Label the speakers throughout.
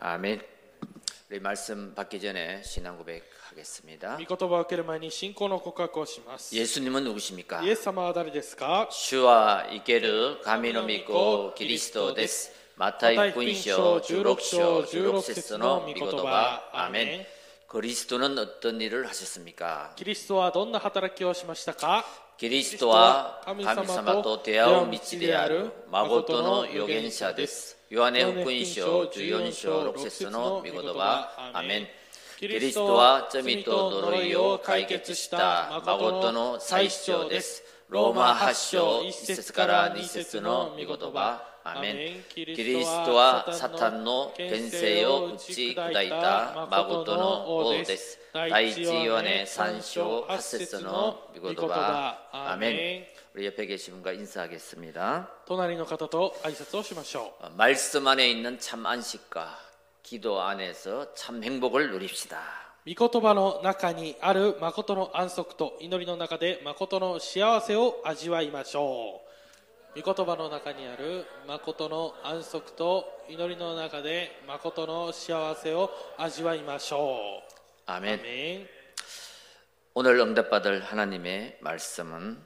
Speaker 1: 아멘. 우리 말씀 받기 전에 신앙 고백하겠습니다.
Speaker 2: 御言葉を受ける前に信仰の告白をします。イ
Speaker 1: 예수님은 누구십니까?
Speaker 2: エス様は誰ですか
Speaker 1: 주와 이케르 가미노 믿고 그리스도 데스 마타이 군쇼 주록쇼 주록세스 노 미고도바 아멘. 그리스도는 어떤 일을 하셨습니까?
Speaker 2: キリストはどんな働きをしましたか
Speaker 1: 그리스도와 하나님과 또 대화의 미치리아르 마고토노 요견자 데스 요한의 후군쇼 주연쇼 록세스노 미고도바 아멘 그리스도와 점이토 노로이요 가이게츠시타 마고토노 사이쇼 데스 로마 하쇼 이세스카라 니세스노 미고도바 아멘 그리스도와 사탄노 견세요 우치 구다이타 마고토노 오 데스 다이치 요한의 산쇼 하세스노 미고도바 아멘 우리 옆에 계신 분과 인사하겠습니다.
Speaker 2: 隣の方と挨拶をしましょ
Speaker 1: 어, 말씀 안에 있는 참 안식과 기도 안에서 참 행복을 누립시다.
Speaker 2: う御言葉の中にある誠の安息と祈りの中で誠の幸せを味わいましょう御言葉の中にある誠の安息と祈りの中で誠の幸せを味わいましょう
Speaker 1: 아멘.
Speaker 2: 아멘.
Speaker 1: 오늘 응답받을 하나님의 말씀은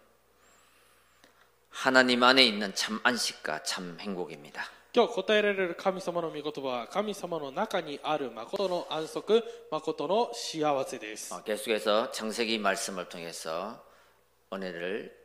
Speaker 1: 하나님 안에 있는 참 안식과 참 행복입니다.
Speaker 2: 今日答えられる神様の御言葉は神様の中にある誠の安息誠の幸せです、
Speaker 1: 어, 계속해서 창세기 말씀을 통해서 은혜를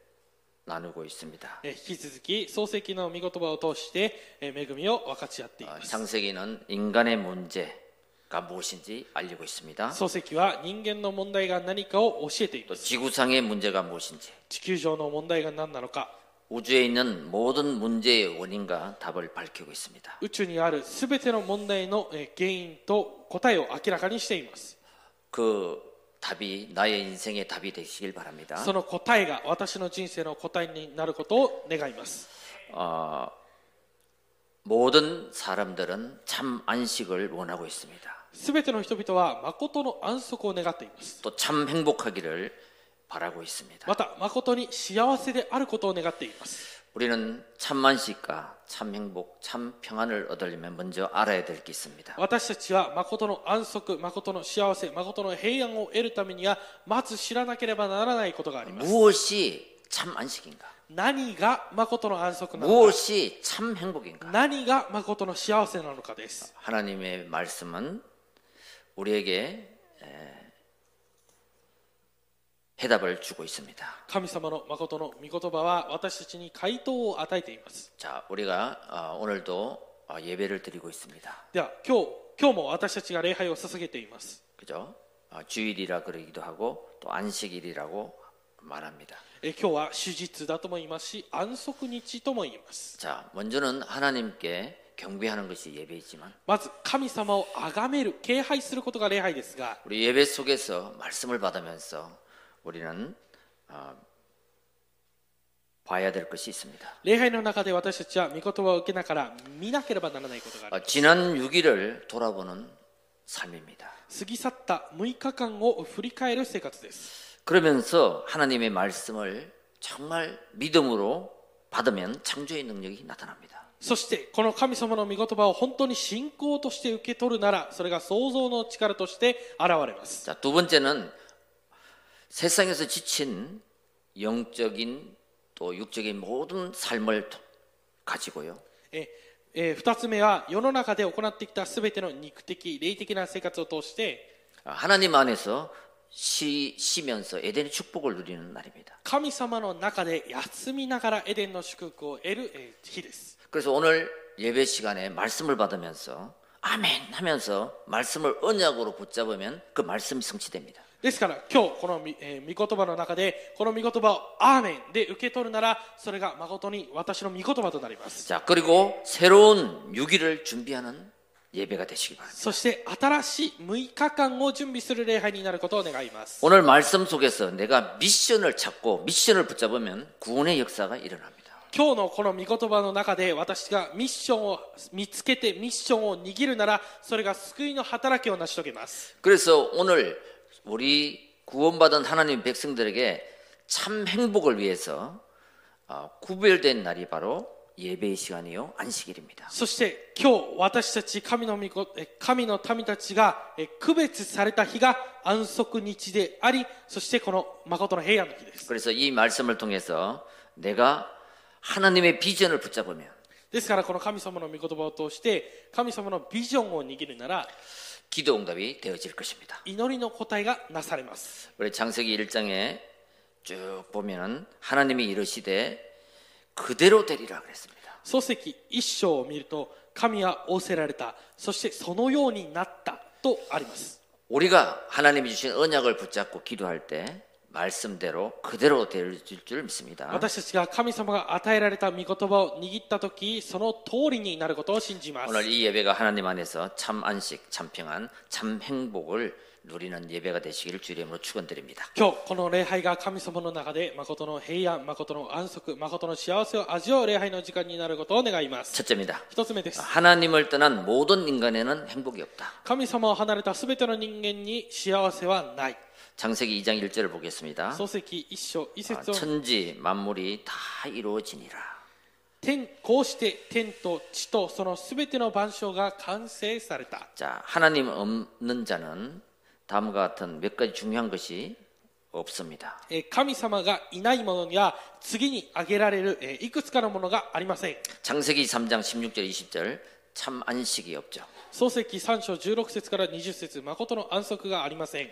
Speaker 1: 나누고 있습니다.
Speaker 2: え引き続き創世記の御言葉を通してえ恵みを分かち合ってい
Speaker 1: 어,
Speaker 2: ます
Speaker 1: 창세기는 인간의 문제가 무엇인지 알리고 있습니다.
Speaker 2: 創世記は人間の問題が何かを教えてい
Speaker 1: 또
Speaker 2: ます
Speaker 1: 지구상의 문제가 무엇인지
Speaker 2: 地球上の問題が何なのか
Speaker 1: 우주에 있는 모든 문제의 원인과 답을 밝히고 있습니다.
Speaker 2: 宇宙にある全ての問題のえ原因と答えを明らかにしています
Speaker 1: 그 답이 나의 인생의 답이 되시길 바랍니다.
Speaker 2: その答えが私の人生の答えになることを願います
Speaker 1: 어, 모든 사람들은 참 안식을 원하고 있습니다.
Speaker 2: 全ての人々は誠の安息を願っています
Speaker 1: 또 참 행복하기를 바라고 있습니다.
Speaker 2: また誠に幸せであることを願っています
Speaker 1: 우리는 참 안식과 참 행복, 참 평안을 얻으려면 먼저 알아야 될 게 있습니다.
Speaker 2: 私たちは誠の安息誠の幸せ誠の平安を得るためにはまず知らなければならないことがあります
Speaker 1: 무엇이 참 안식인가?
Speaker 2: 何が誠の安息なのか
Speaker 1: 무엇이 참 행복인가?
Speaker 2: 何が誠の幸せなのかです
Speaker 1: 하나님의 말씀은 우리에게 에, 해답을 주고 있습니다.
Speaker 2: 神様の誠の御言葉は私たちに回答を与えています
Speaker 1: 자, 우리가 어, 오늘도 어, 예배를 드리고 있습니다.
Speaker 2: では今日今日も私たちが礼拝を捧げています
Speaker 1: 그죠? 어, 주일이라 그러기도 하고 또 안식일이라고 말합니다.
Speaker 2: え今日は手術だとも言いますし安息日とも言います
Speaker 1: 자, 먼저는 하나님께 경배하는 것이 예배이지만
Speaker 2: まず神様を崇める敬拝することが礼拝ですが
Speaker 1: 우리 예배 속에서 말씀을 받으면서 우리는 어, 봐야 될 것이 있습니다.
Speaker 2: 礼拝の中で私たちは御言葉を受けながら見なければならないことがありま
Speaker 1: 어, 지난 6일을 돌아보는 삶입니다.
Speaker 2: す過ぎ去った6日間を振り返る生活です
Speaker 1: 그러면서 하나님의 말씀을 정말 믿음으로 받으면 창조의 능력이 나타납니다.
Speaker 2: そしてこの神様の御言葉を本当に信仰として受け取るならそれが創造の力として現れます
Speaker 1: 자, 두 번째는 세상에서 지친 영적인 또 육적인 모든 삶을 도- 가지고요.
Speaker 2: ええー二つ目は世の中で行ってきた全ての肉的霊的な生活を通して
Speaker 1: 아, 하나님 안에서 쉬, 쉬면서 에덴의 축복을 누리는 날입니다.
Speaker 2: 神様の中で休みながらエデンの祝福を得るえー日です
Speaker 1: 그래서 오늘 예배 시간에 말씀을 받으면서 아멘 하면서 말씀을 언약으로 붙잡으면 그 말씀이 성취됩니다.
Speaker 2: ですから今日このみ、えー御言葉の中でこの御言葉を「アーメン」で受け取るならそれが誠に私の御言葉となります
Speaker 1: 자 그리고 새로운 6일을 준비하는 예배가 되시기 바랍니다.
Speaker 2: そして新しい6日間を準備する礼拝になることを願います
Speaker 1: 오늘 말씀 속에서 내가 미션을 찾고 미션을 붙잡으면 구원의 역사가 일어납니다.
Speaker 2: 今日のこの御言葉の中で私がミッションを見つけてミッションを握るならそれが救いの働きを成し遂げます
Speaker 1: 그래서 오늘 우리 구원받은 하나님 백성들에게 참 행복을 위해서 어, 구별된 날이 바로 예배의 시간이요 안식일입니다.
Speaker 2: そして今日私たち神の御子え神の民たちがえ区別された日が安息日でありそしてこの誠の平安の日です
Speaker 1: 그래서 이 말씀을 통해서 내가 하나님의 비전을 붙잡으면
Speaker 2: ですからこの神様の御言葉を通して神様のビジョンを握るなら
Speaker 1: 기도 응답이 되어질 것입니다.
Speaker 2: 祈りの答えがなされます
Speaker 1: 우리 창세기 1장에 쭉 보면은 하나님이 이르시되 그대로 되리라 그랬습니다.
Speaker 2: 漱石一章を見ると神は仰せられたそしてそのようになったとあります
Speaker 1: 우리가 하나님이 주신 언약을 붙잡고 기도할 때 말씀대로 그대로 되어질 줄 믿습니다.
Speaker 2: 私たちが神様が与えられた御言葉を握った時その通りになることを信じます
Speaker 1: 오늘 이 예배가 하나님 안에서 참 안식, 참 평안, 참 행복을 누리는 예배가 되시기를 주의 이름으로 축원드립니다.
Speaker 2: 今日この礼拝が神様の中で誠の平安誠の安息誠の幸せを味わう礼拝の時間になることを願います
Speaker 1: 첫째입니다.
Speaker 2: 一つ目です
Speaker 1: 하나님을 떠난 모든 인간에는 행복이 없다.
Speaker 2: 神様を離れた全ての人間に幸せはない
Speaker 1: 장세기 2장 1절을 보겠습니다.
Speaker 2: 漱石一章一
Speaker 1: 아,
Speaker 2: 節を
Speaker 1: 천지 만물이 다 이루어지니라.
Speaker 2: 天こうして天と地とその全ての万象が完成された
Speaker 1: 자, 하나님 없는 자는 다음과 같은 몇 가지 중요한 것이 없습니다.
Speaker 2: えー神様がいないものには次に挙げられるえーいくつかのものがありません
Speaker 1: 장세기 3장 16절 20절 참安식이 없죠.
Speaker 2: 漱石3章16節から20節誠の安息がありません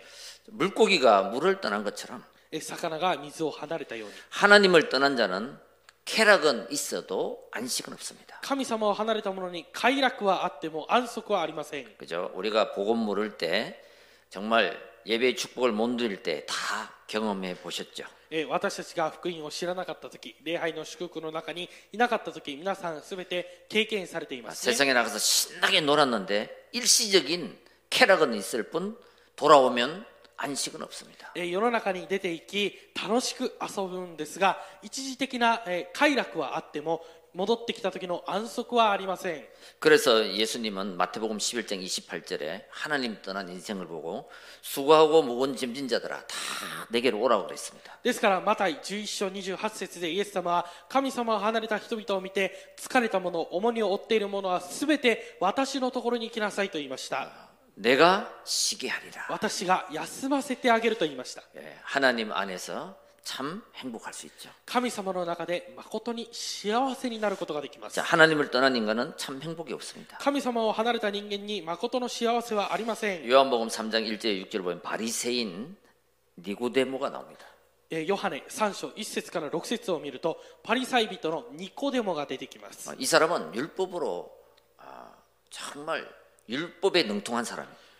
Speaker 1: 물고기가 물을 떠난 것처럼
Speaker 2: えー魚が水を離れたように
Speaker 1: 하나님을 떠난 자는 쾌락은 있어도 안식은 없습니다.
Speaker 2: 神様を離れた者に快楽はあっても安息はありません
Speaker 1: 그죠? 우리가 복음 물을 때 정말 예배의 축복을 못 누릴 때 다 경험해 보셨죠.
Speaker 2: えー私たちが福音を知らなかった時礼拝の祝福の中にいなかった時皆さん全て経験されています、ね、
Speaker 1: 세상에 나가서 신나게 놀았는데 일시적인 쾌락은 있을 뿐 돌아오면 안식은 없습니다.
Speaker 2: えー世の中に出ていき楽しく遊ぶんですが一時的なえー快楽はあっても戻ってきた時の安息はありません
Speaker 1: 그래서 예수님은 마태복음 11장 28절에 하나님 떠난 인생을 보고 수고하고 무거운 짐진 자들아 다 내게로 오라고 그랬습니다.
Speaker 2: ですからマタイ11章28節でイエス様は神様を離れた人々を見て疲れた者重荷を負っている者は全て私のところに来なさいと言いました
Speaker 1: 내가 쉬게 하리라.
Speaker 2: 私が休ませてあげると言いました
Speaker 1: 예, 하나님 안에서 참 행복할 수 있죠.
Speaker 2: 神様の中で誠に幸せになることができます
Speaker 1: 자, 하나님을 떠난 인간은 참 행복이 없습니다.
Speaker 2: 神様を離れた人間に誠の幸せはありません
Speaker 1: 요한복음 3장 1절 6절 보면 바리새인 니고데모가 나옵니다.
Speaker 2: えーヨハネ3章1節から6節を見るとパリサイ人のニコデモが出てきます
Speaker 1: 어, 이 사람은 율법으로 아, 정말 율법에 능통한 사람이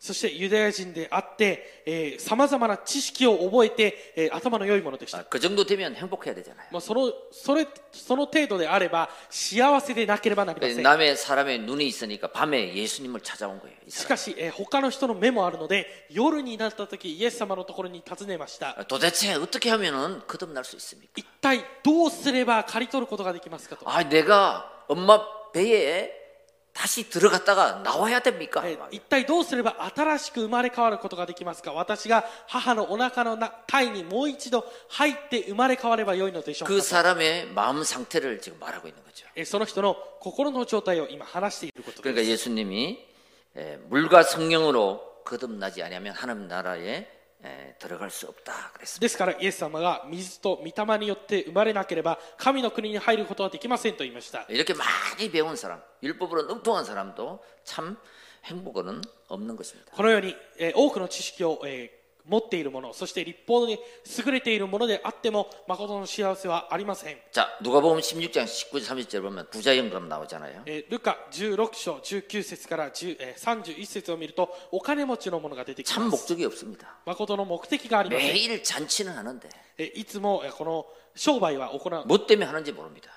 Speaker 2: そしてユダヤ人であってさまざまな知識を覚えて、えー頭の良いものでした
Speaker 1: 아, 그 정도 되면 행복해야 되잖아요.
Speaker 2: もうそのそれその程度であれば幸せでなければなりません
Speaker 1: 남의 사람의 눈이 있으니까 밤에 예수님을 찾아온 거예요. 이
Speaker 2: し
Speaker 1: 사람.
Speaker 2: かし、えー他の人の目もあるので夜になった時イエス様のところに尋ねました
Speaker 1: 아, 도대체 어떻게 하면은 거듭날 수 있습니까?
Speaker 2: 一体どうすれば刈り取ることができますかと、
Speaker 1: 아, 내가 엄마 배에 다시 들어갔다가 나와야 됩니까? 그
Speaker 2: えー一体どうすれば新しく生まれ変わることができますか私が母のお腹のな胎にもう一度入って生まれ変わればよいのでしょうか
Speaker 1: 그 사람의 마음 상태를 지금 말하고 있는 거죠.
Speaker 2: えーその人の心の状態を今話していることです
Speaker 1: 그러니까 예수님이 에, 물과 성령으로 거듭나지 아니하면 하나님 나라에 에, 들어갈 수 없다 그랬습니다.
Speaker 2: ですからイエス様が水と御霊によって生まれなければ神の国に入ることはできませんと言いました
Speaker 1: 이렇게 많이 배운 사람, 율법으로 능통한 사람도 참 행복은 없는 것입니다.
Speaker 2: このように、えー多くの知識を、えー持っているものそして立法に優れているものであっても誠の幸せはありません、
Speaker 1: 자, 누가복음 16장 19절 30절 보면 부자 영감 나오잖아요.
Speaker 2: えールカ16章19節から10、えー31節を見るとお金持ちのものが出てき
Speaker 1: 참
Speaker 2: ます
Speaker 1: 목적이 없습니다.
Speaker 2: 誠の目的がありません、
Speaker 1: 매일 잔치는 하는데
Speaker 2: えーいつも、えーこの商売は行う、
Speaker 1: 뭐 때문에 하는지 모릅니다.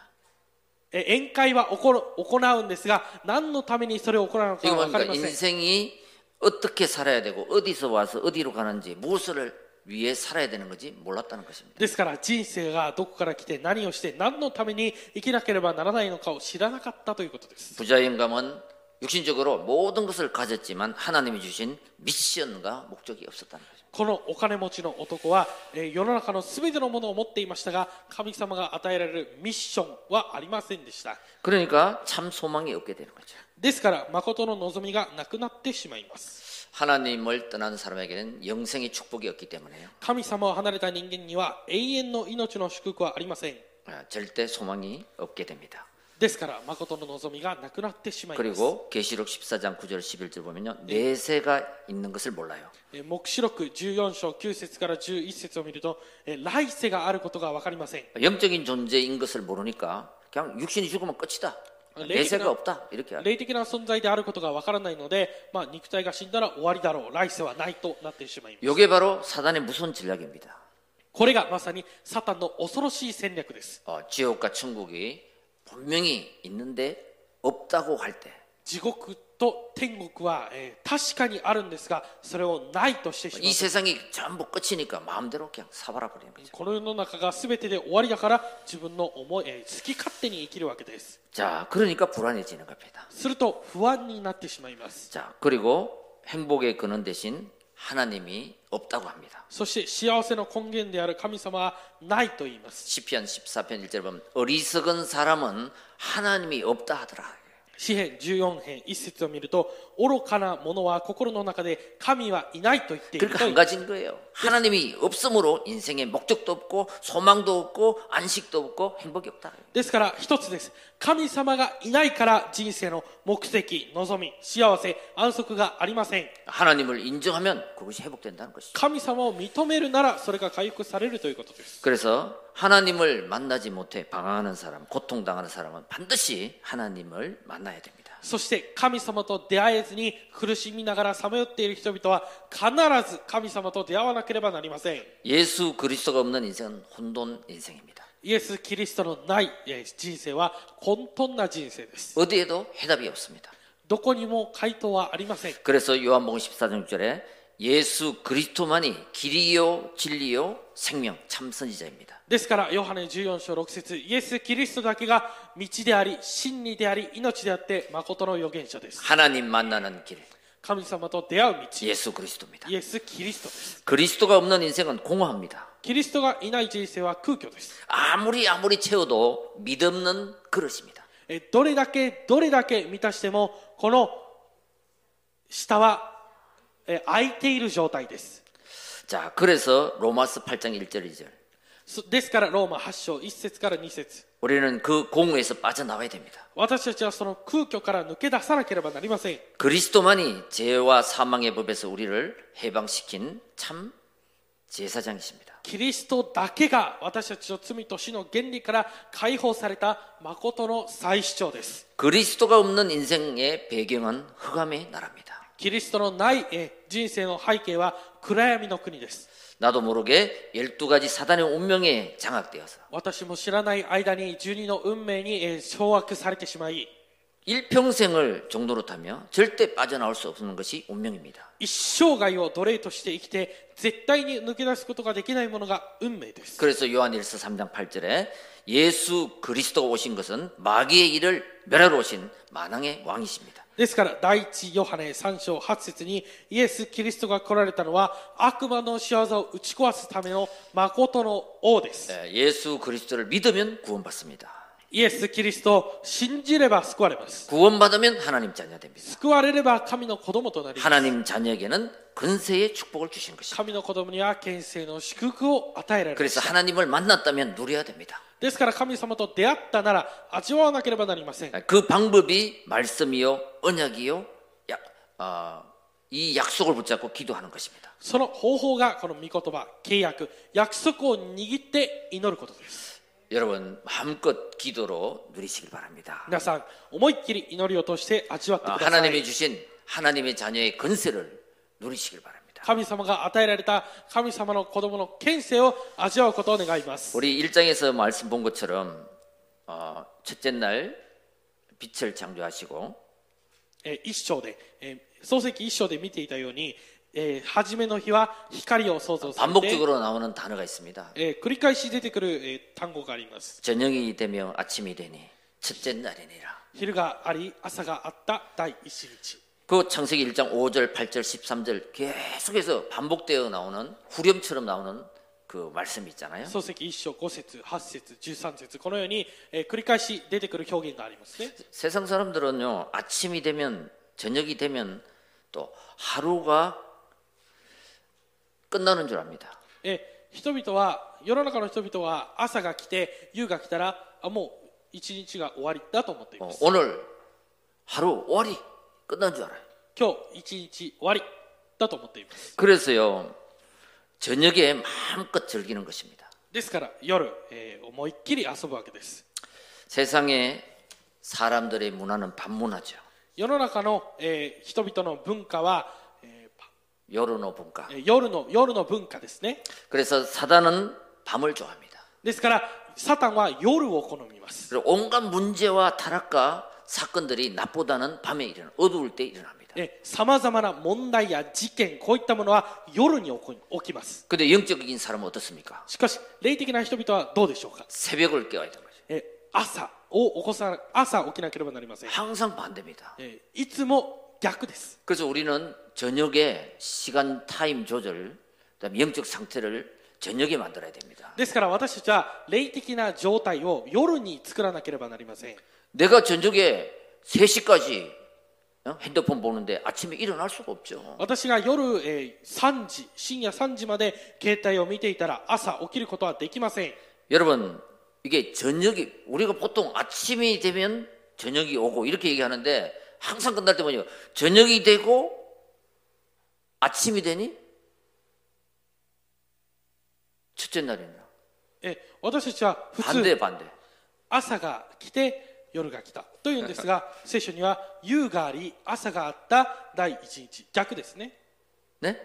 Speaker 2: えー宴会は行う行うんですが何のためにそれを行うのか
Speaker 1: 지금
Speaker 2: は分か
Speaker 1: 보니까
Speaker 2: りません
Speaker 1: 인생이 어떻게 살아야 되고 어디서 와서 어디로 가는지 무엇을 위해 살아야 되는 건지 몰랐다는 것입니다.
Speaker 2: ですから人生がどこから来て何をして何のために生きなければならないのかを知らなかったということです
Speaker 1: 부자 영감은 육신적으로 모든 것을 가졌지만 하나님이 주신 미션과 목적이 없었다는 거죠.
Speaker 2: このお金持ちの男は、えー世の中のすべてのものを持っていましたが神様が与えられるミッションはありませんでした
Speaker 1: 그러니까 참 소망이 없게 되는 거죠.
Speaker 2: ですから誠の望みがなくなってしまいます
Speaker 1: 하나님을 떠난 사람에게는 영생의 축복이 없기 때문에요.
Speaker 2: 神様を離れた人間には永遠の命の祝福はありません
Speaker 1: 아, 절대 소망이 없게 됩니다.
Speaker 2: ですから誠の望みがなくなってしまいます
Speaker 1: 그리고 계시록 14장 9절 11절 보면요. 내세가 있는 것을 몰라요.
Speaker 2: えー黙示録14章9節から11節を見るとえー来世があることが分かりません
Speaker 1: 영적인 존재인 것을 모르니까 그냥 육신이 죽으면 끝이다. 아, 내세가 없다. 이렇게 알아요.
Speaker 2: 霊的な存在であることが分からないので、まあ、肉体が死んだら終わりだろう来世はないとなってしまいます
Speaker 1: 이게 바로 사단의 무서운 전략입니다.
Speaker 2: これがまさにサタンの恐ろしい戦略です
Speaker 1: 어, 지옥과 천국이 분명히 있는데 없다고 할 때,
Speaker 2: 地獄と天国は、えー確かにあるんですがそれをないとしてしま
Speaker 1: 이
Speaker 2: う
Speaker 1: 세상이 전부 끝이니까 마음대로 그냥 사바라 버리는 거죠.
Speaker 2: この世の中が全てで終わりだから自分の思い、えー好き勝手に生きるわけです
Speaker 1: 자, 그러니까 불안해지는 겁니다.
Speaker 2: すると不安になってしまいます
Speaker 1: 자, 그리고 행복의 근원 대신 하나님이 없다고 합니다.
Speaker 2: そして幸せの根源である神様はないと言います
Speaker 1: 시편 14편 1절 보면 어리석은 사람은 하나님이 없다 하더라.
Speaker 2: 詩編14編1節を見ると愚かな者は心の中で神はいないと言っている
Speaker 1: 그러니까
Speaker 2: と
Speaker 1: 한 가지인 거예요. 하나님이 없으므로 인생에 목적도 없고 소망도 없고 안식도 없고 행복이 없다.
Speaker 2: ですから一つです神様がいないから人生の目的望み幸せ安息がありません
Speaker 1: 하나님을 인정하면 그것이 회복된다는 것이죠.
Speaker 2: 神様を認めるならそれが回復されるということです
Speaker 1: 그래서 하나님을 만나지 못해 방황하는 사람, 고통당하는 사람은 반드시 하나님을 만나야 됩니다.
Speaker 2: そして神様と出会えずに苦しみながらさまよっている人々は必ず神様と出会わなければなりません
Speaker 1: 예수 그리스도가 없는 인생은 혼돈 인생입니다.
Speaker 2: イエス・キリストのないえー人生は混沌な人生です
Speaker 1: 어디에도 해답이 없습니다.
Speaker 2: どこにも回答はありません
Speaker 1: 그래서 요한복음 14장 6절에 예수 그리스도만이 길이요 진리요 생명 참 선지자입니다.
Speaker 2: ですから、ヨハネ14章6節イエス・キリストだけが道であり、真理であり、命であって、誠の預言者です。
Speaker 1: 하나님 만나는 길
Speaker 2: 神様と出会う道、
Speaker 1: 예수 그리스도입니다.
Speaker 2: イエス・キリストです。
Speaker 1: 그리스도가 없는 인생은 공허합니다.
Speaker 2: キリストがいない人生は空虚です。
Speaker 1: 아무리 아무리 채워도 믿없는 그릇입니다.
Speaker 2: えどれだけ、どれだけ満たしても、この下はえ空いている状態です。
Speaker 1: 자, 그래서 로마스 8장 1절 2절.
Speaker 2: そですから、ローマ8章1節から2節
Speaker 1: 우리는 그 공허에서 빠져나와야 됩니다.
Speaker 2: 私たちはその空虚から抜け出さなければなりません。
Speaker 1: 그리스도만이 죄와 사망의 법에서 우리를 해방시킨 참 제사장이십니다.
Speaker 2: キリストだけが私たちの罪と死の原理から解放された誠の再主張です。
Speaker 1: 그리스도가 없는 인생의 배경은 흑암의 나라입니다.
Speaker 2: キリストのないえー人生の背景は暗闇の国です。
Speaker 1: 나도 모르게 12가지 사단의 운명에 장악되어서
Speaker 2: 私も知らない間に十二の運命にえー掌握されてしまい、
Speaker 1: 일평생을 종노릇하며 절대 빠져나올 수 없는 것이 운명입니다.
Speaker 2: 一生涯を奴隷として生きて絶対に抜け出すことができないものが運命です。
Speaker 1: 그래서 요한일서 3장 8절에 예수 그리스도가 오신 것은 마귀의 일을 멸하러 오신 만왕의 왕이십니다.
Speaker 2: ですから、第一ヨハネ3章8節にイエス・キリストが来られたのは悪魔の仕業を打ち壊すための誠の王です。
Speaker 1: 예, 예수 그리스도를 믿으면 구원받습니다.
Speaker 2: イエス・キリストを信じれば救われます。
Speaker 1: 구원받으면 하나님 자녀 됩니다.
Speaker 2: 救われれば神の子供となり、
Speaker 1: 하나님 자녀에게는 근세의 축복을 주신 것입니다.
Speaker 2: 神の子供には権勢の祝福を与えられる。
Speaker 1: 그래서 하나님을 만났다면 누려야 됩니다.
Speaker 2: ですから神様と出会ったなら味わわなければなりません。
Speaker 1: 그 방법이 말씀이요 언약이요 약, 아, 이 약속을 붙잡고 기도하는 것입니다.
Speaker 2: その方法がこの御言葉、契約、約束を握って祈ることです。
Speaker 1: 여러분 마음껏 기도로 누리시길 바랍니다.
Speaker 2: 皆さん、思いっきり祈りを通して味わって
Speaker 1: 아,
Speaker 2: くださ
Speaker 1: 하나님이
Speaker 2: い。
Speaker 1: 주신 하나님의 자녀의 근세를 누리시길 바랍니다.
Speaker 2: 神様が与えられた神様の子供の権勢を味わうことを願います。
Speaker 1: 우리 일장에서 말씀 본 것처럼 어, 첫째 날 빛을 창조하시고
Speaker 2: えー一章で、えー創世記一章で見ていたように、えー初めの日は光を創造されて、
Speaker 1: 반복적으로 나오는 단어가 있습니다.
Speaker 2: えー繰り返し出てくる、えー単語があります。
Speaker 1: 저녁이 되며 아침이 되니 첫째 날이니라.
Speaker 2: 昼があり朝があった第一日
Speaker 1: 그 창세기 1장 5절, 8절, 13절 계속해서 반복되어 나오는 후렴처럼 나오는 그 말씀이 있잖아요.
Speaker 2: 漱石一章5節8節13節このように、えー繰り返し出てくる表現がありますね
Speaker 1: 세상 사람들은요 아침이 되면 저녁이 되면 또 하루가 끝나는 줄 압니다.
Speaker 2: えー人々は世の中の人々は朝が来て夕が来たらあもう一日が終わりだと思ってい
Speaker 1: 어,
Speaker 2: ます
Speaker 1: 오늘 하루終わり끝난 줄 알아요.
Speaker 2: 今日一日終わりだと思っています
Speaker 1: 그래서요 저녁에 마음껏 즐기는 것입니다.
Speaker 2: ですから夜、えー思いっきり遊ぶわけです
Speaker 1: 세상의 사람들의 문화는 반문화죠.
Speaker 2: 世の中の、えー人々の文化は、えーパ
Speaker 1: 여론어 분과.
Speaker 2: えー夜の夜の文化ですね
Speaker 1: 그래서 사단은 밤을 좋아합니다.
Speaker 2: ですからサタンは夜を好みます
Speaker 1: 그리고 온갖 문제와 타락과 사건들이 낮보다는 밤에 일어나 어두울 때 일어납니다.
Speaker 2: さまざまな問題や事件こういったものは夜に起こ起きます
Speaker 1: 근데 영적인 사람은 어떻습니까?
Speaker 2: しかし霊的な人々はどうでしょうか、
Speaker 1: 새벽을 깨야 되는 거죠.
Speaker 2: えー朝を起こさ朝起きなければなりません、
Speaker 1: 항상 반대입니다.
Speaker 2: えーいつも逆です
Speaker 1: 그래서 우리는 저녁에 시간 타임 조절, 그다음 영적 상태를 저녁에 만들어야 됩니다.
Speaker 2: ですから私たちは霊的な状態を夜に作らなければなりません
Speaker 1: 내가 저녁에 3시까지 어? 핸드폰 보는데 아침에 일어날 수가 없죠.
Speaker 2: 私が夜、えー3時深夜3時まで携帯を見ていたら朝起きることはできません
Speaker 1: 여러분 이게 저녁이 우리가 보통 아침이 되면 저녁이 오고 이렇게 얘기하는데 항상 끝날 때 뭐냐 저녁이 되고 아침이 되니 첫째 날이냐
Speaker 2: え私たちは普
Speaker 1: 반대
Speaker 2: 通
Speaker 1: 반대
Speaker 2: 朝が来て夜が来たというんですが聖書には夕があり朝があった第一日逆ですね
Speaker 1: 네?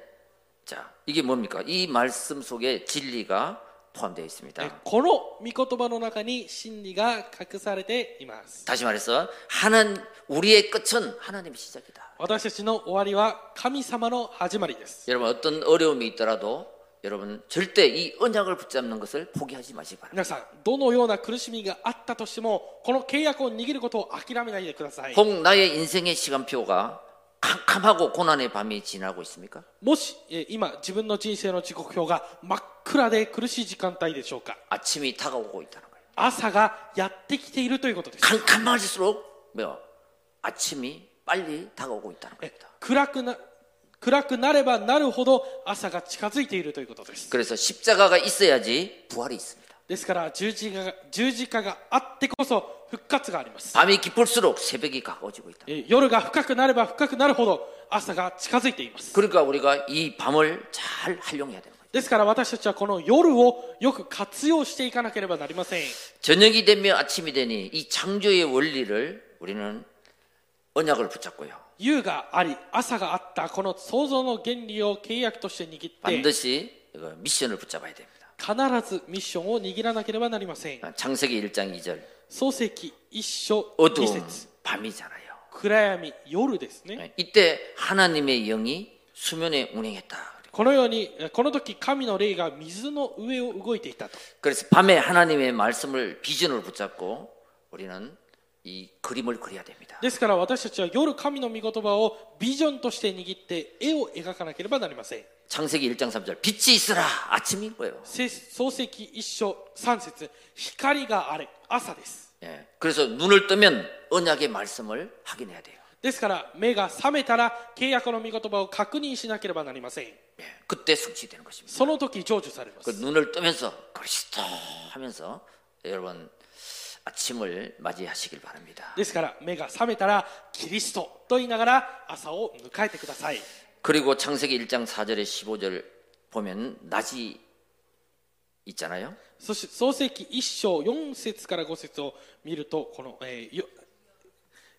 Speaker 1: 자 이게 뭡니까 이 말씀 속에 진리가 포함되어
Speaker 2: え
Speaker 1: 있습니다
Speaker 2: この御言葉の中に真理が隠されています
Speaker 1: 다시 말해서 하나님 우리의 끝은 하나님의 시작이다
Speaker 2: 私たちの終わりは神様の始まりです
Speaker 1: 여러분 어떤 어려움이 있더라도 여러분 절대 이 언약을 붙잡는 것을 포기하지 마시기 바랍니다
Speaker 2: 皆さんどのような苦しみがあったとしてもこの契約を握ることを諦めないでください
Speaker 1: 혹 나의 인생의 시간표가 캄캄하고 고난의 밤이 지나고 있습니까?
Speaker 2: もし、えー今自分の人生の時刻表が真っ暗で苦しい時間帯でしょうか
Speaker 1: 아침이 다가오고 있다는 거예요.
Speaker 2: 朝がやってきているということです
Speaker 1: 캄캄할수록 뭐 아침이 빨리 다가오고 있다는
Speaker 2: え
Speaker 1: 겁니다.
Speaker 2: 暗くな暗くなればなるほど朝が近づいているということです
Speaker 1: 그래서 십자가가 있어야지 부활이 있습니다.
Speaker 2: ですから十字架が十字架があってこそ復活があります
Speaker 1: 밤이 깊을수록 새벽이 가까워지고 있다.
Speaker 2: えー夜が深くなれば深くなるほど朝が近づいています
Speaker 1: 그러니까 우리가 이 밤을 잘 활용해야 되는 거예요.
Speaker 2: ですから私たちはこの夜をよく活用していかなければなりません
Speaker 1: 저녁이 되면 아침이 되니 이 창조의 원리를 우리는 언약을 붙잡고요.
Speaker 2: 夕があり朝があったこの創造の原理を契約として握って
Speaker 1: 반드시 이거 미션을 붙잡아야 됩니다.
Speaker 2: 必ずミッションを握らなければなりません
Speaker 1: 창세기 1장 2절
Speaker 2: 漱石一章二
Speaker 1: 어두운
Speaker 2: 節
Speaker 1: 밤이잖아요.
Speaker 2: 暗闇夜ですね
Speaker 1: 네, 이때 하나님의 영이 수면에 운행했다.
Speaker 2: このようにえこの時神の霊が水の上を動いていたと
Speaker 1: 그래서 밤에 하나님의 말씀을 비전을 붙잡고 우리는 이 그림을 그려야 됩니다.
Speaker 2: ですから私たちは夜神の御言葉をビジョンとして握って絵を描かなければなりません
Speaker 1: 창세기 1장 3절 빛이 있으라 아침인 거예요.
Speaker 2: せ漱石一章三節光があれ朝です
Speaker 1: 예, 그래서 눈을 뜨면 언약의 말씀을 확인해야 돼요.
Speaker 2: ですから目が覚めたら契約の御言葉を確認しなければなりません
Speaker 1: 예, 그때 성취되는 것입니다.
Speaker 2: その時成就されま
Speaker 1: 그
Speaker 2: す
Speaker 1: 눈을 뜨면서 그리스도 하면서 여러분 아침을 맞이하시길 바랍니다.
Speaker 2: ですから目が覚めたらキリストと言いながら朝を迎えてください
Speaker 1: 그리고 창세기 1장 4절에 15절 보면 낮이 있잖아요.
Speaker 2: そして漱石一章4節から5節を見るとこの、えーよ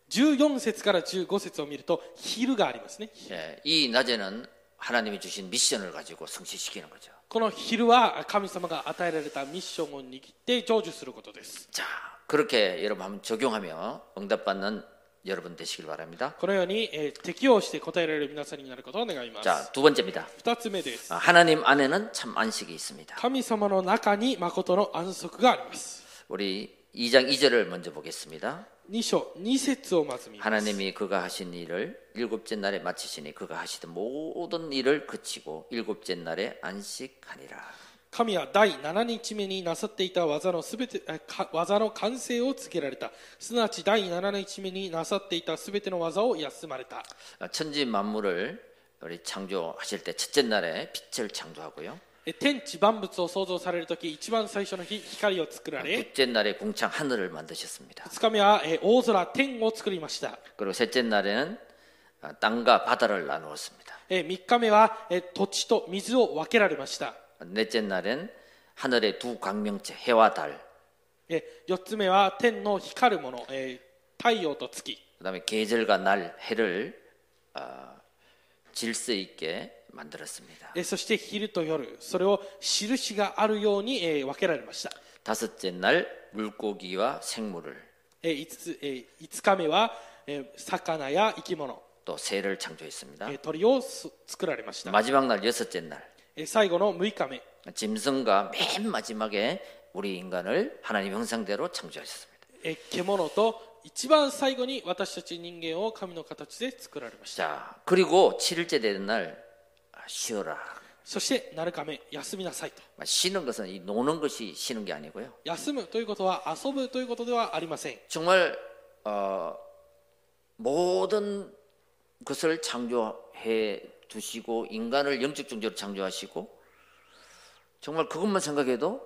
Speaker 2: 14節から15節を見ると昼がありますね
Speaker 1: 예, 이 낮에는 하나님이 주신 미션을 가지고 성취시키는 거죠.
Speaker 2: この昼は神様が与えられたミッションを握って成就することです
Speaker 1: 자, 그렇게 여러분 한번 적용하며 응답받는 여러분 되시길 바랍니다.
Speaker 2: このように、えー適用して答えられる皆さんになることを願います
Speaker 1: 자, 두 번째입니다.
Speaker 2: 2つ目です
Speaker 1: 아, 하나님 안에는 참 안식이 있습니다.
Speaker 2: 神様の中に誠の安息があります。
Speaker 1: 우리 2장 2절을 먼저 보겠습니다.
Speaker 2: 2章2節をまず見ます
Speaker 1: 하나님이 그가 하신 일을 일곱째 날에 마치시니 그가 하시던 모든 일을 그치고 일곱째 날에 안식하니라.
Speaker 2: 神は第7日目になさっていた技のすべてえか技の完成を告げられたすなわち第7日目になさっていたすべての技を休まれた
Speaker 1: 아, 천지 만물을 우리 창조하실 때 첫째 날에 빛을 창조하고요.
Speaker 2: え天地万物を創造される時一番最初の日光を作られ
Speaker 1: 아, 둘째 날에 궁창 하늘을 만드셨습니다.
Speaker 2: 2日目はえ大空天を作りました
Speaker 1: 그리고 셋째 날에는 아, 땅과 바다를 나누었습니다.
Speaker 2: え3日目はえ土地と水を分けられました
Speaker 1: 넷째 날엔 하늘의 두 광명체 해와 달,
Speaker 2: え4つ目は天の光るものえー太陽と月
Speaker 1: 그다음에 계절과 날, 해를 아, 질서 있게 만들었습니다.
Speaker 2: えそして昼と夜それを印があるようにえー分けられました
Speaker 1: 다섯째 날 물고기와 생물을
Speaker 2: えー、5, つ、えー5日目は、えー魚や生き物、
Speaker 1: 또 새를
Speaker 2: え
Speaker 1: 창조했습니다.
Speaker 2: ー鳥をす作られました、
Speaker 1: 마지막 날 여섯째 날
Speaker 2: えー最後の6日目、
Speaker 1: 짐승과 맨 마지막에 우리 인간을 하나님 형상대로 창조하셨습니다.
Speaker 2: えー獣と一番最後に私たち人間を神の形で作られました
Speaker 1: 자, 그리고 칠일째 되는 날 아, 쉬어라.
Speaker 2: そして7日目休みなさいと
Speaker 1: 아, 쉬는 것은 이 노는 것이 쉬는 게 아니고요.
Speaker 2: 休むということは遊ぶということではありません
Speaker 1: 정말 어, 모든 것을 창조해 두시고 인간을 영적 존재로 창조하시고 정말 그것만 생각해도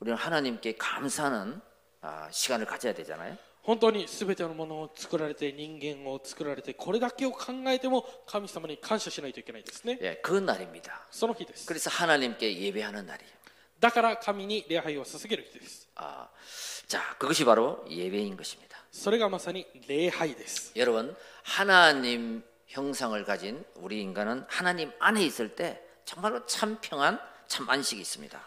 Speaker 1: 우리는 하나님께 감사하는 아, 시간을 가져야 되잖아요.
Speaker 2: 本当に全てのものを作られて人間を作られてこれだけを考えても神様に感謝しないといけないですね
Speaker 1: 예, 그 날입니다.
Speaker 2: その日です
Speaker 1: 그래서 하나님께 예배하는 날이에요.
Speaker 2: だから神に礼拝を捧げる日です
Speaker 1: 아, 자, 그것이 바로 예배인 것입니다.
Speaker 2: それがまさに礼拝です
Speaker 1: 여러분, 하나님 형상을 가진 우리 인간은 하나님 안에 있을 때 정말로 참 평안, 참 안식이 있습니다.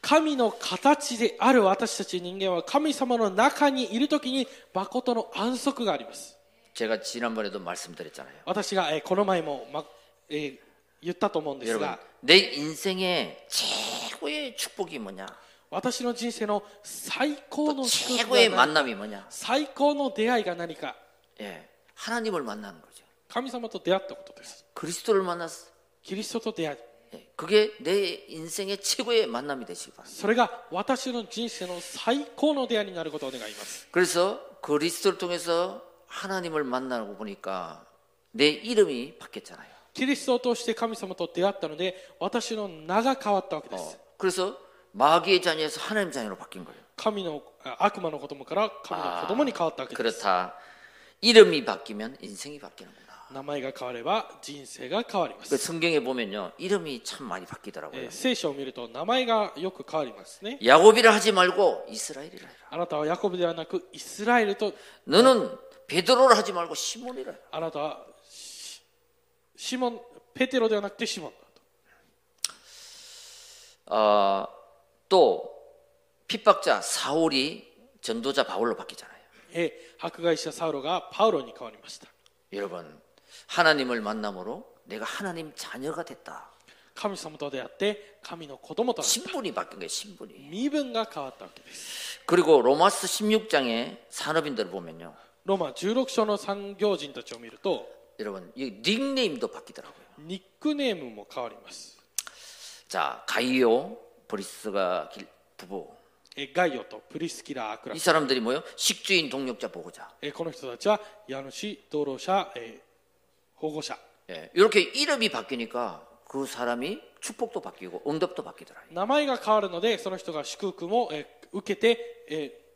Speaker 2: 神の形である私たち人間は神様の中にいるときに誠の安息があります。
Speaker 1: 제가 지난번에도 말씀드렸잖아요.
Speaker 2: 私が、えーこの前も、まえー言ったと思うんです
Speaker 1: 여러분, 、
Speaker 2: が
Speaker 1: 내 인생의 최고의 축복이 뭐냐?
Speaker 2: 私の人生の最高
Speaker 1: 또
Speaker 2: の祝福
Speaker 1: 최고의
Speaker 2: が何
Speaker 1: 만남이 뭐냐?
Speaker 2: 最高の出会いが何か
Speaker 1: 예, 하나님을 만나는 거죠.
Speaker 2: 神様と出会ったことです。
Speaker 1: 그리스도를 만났어.
Speaker 2: キリストと出会い
Speaker 1: 예, 그게 내 인생의 최고의 만남이 되시기 바랍니다.
Speaker 2: それが私の人生の最高の出会いになることを願います。
Speaker 1: 그래서 그리스도를 통해서 하나님을 만나고 보니까 내 이름이 바뀌었잖아요.
Speaker 2: キリストを通して神様と出会ったので私の名が変わったわけで
Speaker 1: 어,
Speaker 2: す。
Speaker 1: 그래서 마귀의 자녀에서 하나님 자녀로 바뀐 거예요.
Speaker 2: 神のあ悪魔の子供から神の子供に変わったわけです。
Speaker 1: 그렇다. 이름이 바뀌면 인생이 바뀌는구나.
Speaker 2: 名前が変われば人生が変わりま
Speaker 1: 그
Speaker 2: す、
Speaker 1: 성경에 보면요, 이름이 참 많이
Speaker 2: え
Speaker 1: 바뀌더라고요.
Speaker 2: ー聖書を見ると名前がよく変わりますね
Speaker 1: 야곱이라 하지 말고 이스라엘이라 해라.
Speaker 2: あなたはヤコブではなくイスラエルと
Speaker 1: 너는 베드로라 하지 말고 시몬이라. 해라.
Speaker 2: あなたはシシモンペテロではなくてシモンだと
Speaker 1: 어, 또 핍박자 사울이 전도자 바울로 바뀌잖아요.
Speaker 2: えー迫害者サウロがパウロに変わりました
Speaker 1: 여러분 하나님을 만남으로 내가 하나님 자녀가 됐다.
Speaker 2: 神様と出会って神の子供となった
Speaker 1: 신분이 바뀐 거예요. 신분이.
Speaker 2: 身分が変わったわけです
Speaker 1: 그리고 로마스 16장의 산업인들을 보면요.
Speaker 2: ローマ16章の産業人たちを見ると
Speaker 1: 여러분 이 닉네임도 바뀌더라고요.
Speaker 2: ニックネームも変わります、
Speaker 1: 자 가이오 브리스가 길- 부부
Speaker 2: えーガイオとプリスキラ・アクラ
Speaker 1: 이 사람들이 뭐요? 식주인 동력자 보호자.
Speaker 2: えーこの人たちは家主道路者、えー保護者
Speaker 1: 예, 이렇게 이름이 바뀌니까 그 사람이 축복도 바뀌고 응답도 바뀌더라고요.
Speaker 2: 名前が変わるのでその人が祝福も、えー受けて、えー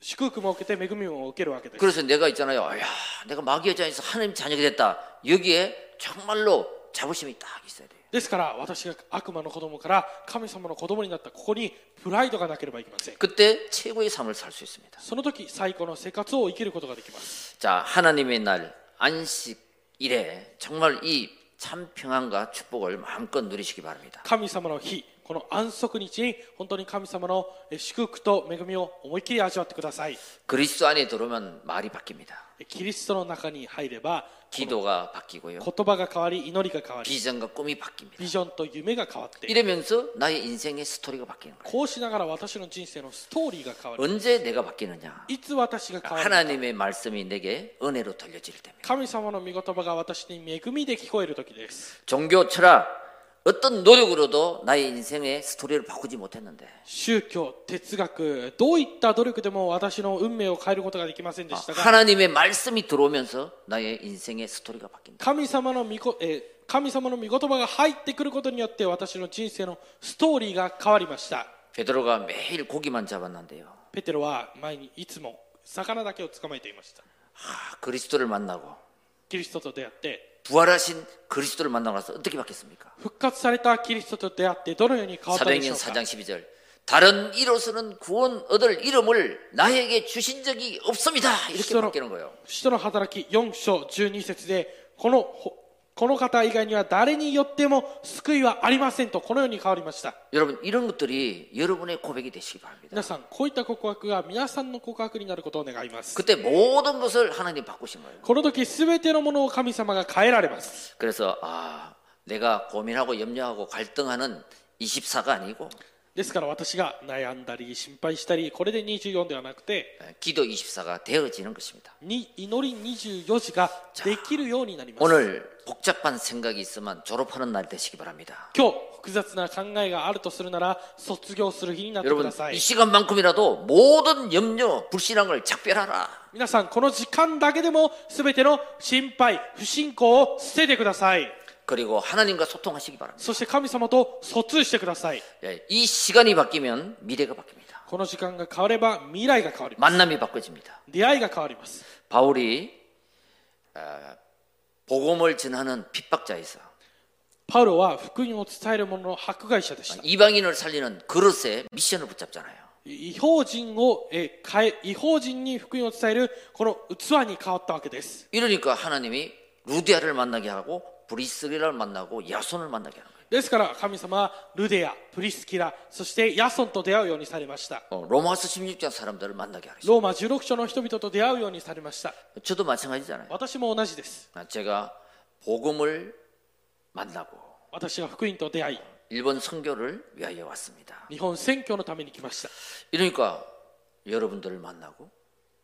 Speaker 2: 祝福も受けて恵みも受けるわけです
Speaker 1: 그래서 내가 있잖아요. 야, 내가 마귀의 자녀에서 하나님 자녀가 됐다. 여기에 정말로 자부심이 딱 있어야 돼요.
Speaker 2: ですから私が悪魔の子供から神様の子供になったここにプライドがなければいけません
Speaker 1: 그때 최고의 삶을 살 수 있습니다.
Speaker 2: その時最高の生活を生きることができます
Speaker 1: 자, 하나님의 날 안식일에 정말 이 참 평안과 축복을 마음껏 누리시기 바랍니다.
Speaker 2: 神様の日この安息日に本当に神様のえー祝福と恵みを思いっきり味わってください
Speaker 1: 그리스도 안에 들어오면 말이 바뀝니다.
Speaker 2: えーキリストの中に入れば
Speaker 1: 기도가 바뀌고요.
Speaker 2: 言葉が変わり祈りが変わり
Speaker 1: 비전과 꿈이 바뀝니다.
Speaker 2: ビジョンと夢が変わって
Speaker 1: 이러면서 나의 인생의 스토리가 바뀌는 거예요.
Speaker 2: こうしながら私の人生のストーリーが変わる
Speaker 1: 언제 내가 바뀌느냐?
Speaker 2: いつ私が変わるのか
Speaker 1: 하나님의 말씀이 내게 은혜로 들려질 때입니다.
Speaker 2: 神様の御言葉が私に恵みで聞こえる時です
Speaker 1: 종교 철학 어떤 노력으로도 나의 인생의 스토리를 바꾸지 못했는데
Speaker 2: 宗教哲学どういった努力でも私の運命を変えることができませんでしたが
Speaker 1: 하나님의 말씀이 들어오면서 나의 인생의 스토리가 바뀐다.
Speaker 2: 神様の御こ、えー神様の御言葉が入ってくることによって私の人生のストーリーが変わりました
Speaker 1: 베드로가 매일 고기만 잡았는데요.
Speaker 2: ペテロは前にいつも魚だけを捕まえていました
Speaker 1: 아, 그리스도를 만나고
Speaker 2: キリストと出会って
Speaker 1: 부활하신 그리스도를 만나고 나서 어떻게 바뀌었습니까?
Speaker 2: 復活されたキリストと出会ってどのように変わったでしょ
Speaker 1: 사도행전 4장
Speaker 2: うか
Speaker 1: 12절 다른 이로서는 구원 얻을 이름을 나에게 주신 적이 없습니다. 이렇게
Speaker 2: 실제로-
Speaker 1: 바뀌는 거예요.
Speaker 2: 使徒の働き4章12節でこのほこの方以外には誰によっても救いはありませんとこのように変わりました
Speaker 1: 여러분 이런 것들이 여러분의 고백이 되시기 바랍니다.
Speaker 2: 皆さんこういった告白が皆さんの告白になることを願います
Speaker 1: 그때 모든 것을 하나님 바꾸신 거예요.
Speaker 2: この時全てのものを神様が変えられます
Speaker 1: 그래서 아 내가 고민하고 염려하고 갈등하는 24가 아니고
Speaker 2: ですから私が悩んだり心配したりこれで24ではなくて
Speaker 1: 에, 예, 기도 24가 되어지는 것입니다.
Speaker 2: に祈り24時ができるようになります
Speaker 1: 오늘 복잡한 생각이 있으면 졸업하는 날 되시기 바랍니다.
Speaker 2: 今日複雑な考えがあるとするなら卒業する日になってく
Speaker 1: 여러분
Speaker 2: ださ
Speaker 1: 이
Speaker 2: い
Speaker 1: 시간만큼이라도 모든 염려 불신앙을 작별하라.
Speaker 2: 皆さんこの時間だけでも全ての心配不信仰を捨ててください
Speaker 1: 그리고 하나님과 소통하시기 바랍니다.
Speaker 2: そして神様と疎通してください
Speaker 1: 예, 이 시간이 바뀌면 미래가 바뀝니다.
Speaker 2: この時間が変われば未来が変わります
Speaker 1: 만남이 바꿔집니다.
Speaker 2: 出会いが変わります
Speaker 1: 바울이 아, 복음을 전하는 핍박자에서
Speaker 2: パウロは福音を伝える者の迫害者でした。
Speaker 1: 이방인을 살리는 그릇에 미션을 붙잡잖아요.
Speaker 2: 違法人を、えー変え、違法人に福音を伝えるこの器に変わったわけです。
Speaker 1: 이러니까 하나님이 루디아를 만나게 하고 브리스기라를 만나고 야손을 만나게 하는 거예요.
Speaker 2: ですから神様はルデア、プリスキラ、そしてヤソンと出会うようにされました。
Speaker 1: 어, 로마서 16장 사람들을 만나게 하셨어요.
Speaker 2: ローマ16章の人々と出会うようにされました。
Speaker 1: 저도 마찬가지잖아요.
Speaker 2: 私も同じです。
Speaker 1: 아, 제가 복음을 만나고
Speaker 2: 私が福音と出会い、
Speaker 1: 일본 선교를 위하여 왔습니다.
Speaker 2: 日本選挙のために来ました。
Speaker 1: 이러니까 여러분들을 만나고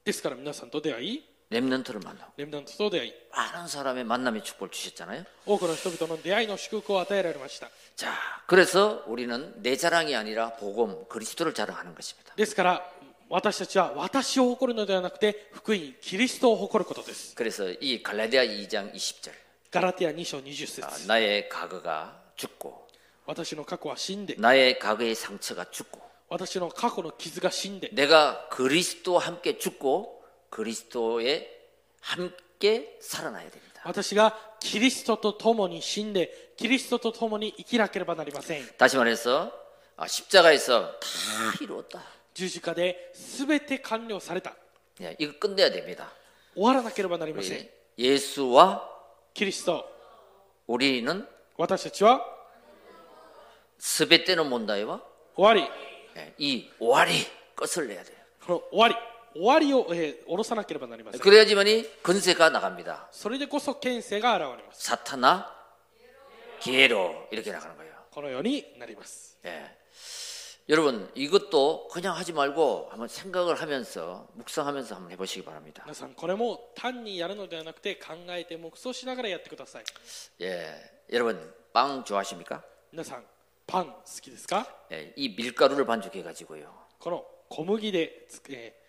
Speaker 2: ですから皆さんと出会い、
Speaker 1: 렘넌트를 만나고
Speaker 2: レムナントと出会い、
Speaker 1: 많은 사람의 만남의 축복을 주셨잖아요.
Speaker 2: 多くの人々の出会いの祝福を与えられました。
Speaker 1: 자, 그래서 우리는 내 자랑이 아니라 복음 그리스도를 자랑하는 것입니다.
Speaker 2: ですから私たちは私を誇るのではなくて福音キリストを誇ることです
Speaker 1: 그래서 이 갈라디아 2장 20절
Speaker 2: ガラティア2章20節
Speaker 1: 아, 나의 과거가 죽고
Speaker 2: 私の過去は死んで
Speaker 1: 나의 과거의 상처가 죽고
Speaker 2: 私の過去の傷が死んで
Speaker 1: 내가 그리스도와 함께 죽고 그리스도에 함께 살아나야 됩니다.
Speaker 2: 私がキリストと共に死んでキリストと共に生きなければなりません
Speaker 1: 다시 말해서 아, 십자가에서 다 이루었다.
Speaker 2: 十字架で全て完了された
Speaker 1: 예, 이거 끝내야 됩니다.
Speaker 2: 終わらなければなりません
Speaker 1: 예수와
Speaker 2: キリスト
Speaker 1: 우리는
Speaker 2: 私たちは
Speaker 1: 스베테노 몬다이와
Speaker 2: 終わり
Speaker 1: 예, 이 오아리 끝을 내야 돼요.
Speaker 2: この終わり終わりを、えー下ろさなければなりません
Speaker 1: 그래야지만이 근세가 나갑니다.
Speaker 2: それでこそ権勢が現れます
Speaker 1: 사타나 기회로 이렇게 나가는 거예요.
Speaker 2: このようになります
Speaker 1: 예. 여러분 이것도 그냥 하지 말고 한번 생각을 하면서 묵상하면서 한번 해보시기 바랍니다.
Speaker 2: 皆さんこれも単にやるのではなくて考えて黙想しながらやってください
Speaker 1: 예. 여러분 빵 좋아하십니까?
Speaker 2: 皆さんパン好きですか
Speaker 1: 예, 이 밀가루를 반죽해 가지고요.
Speaker 2: この小麦でつ、えー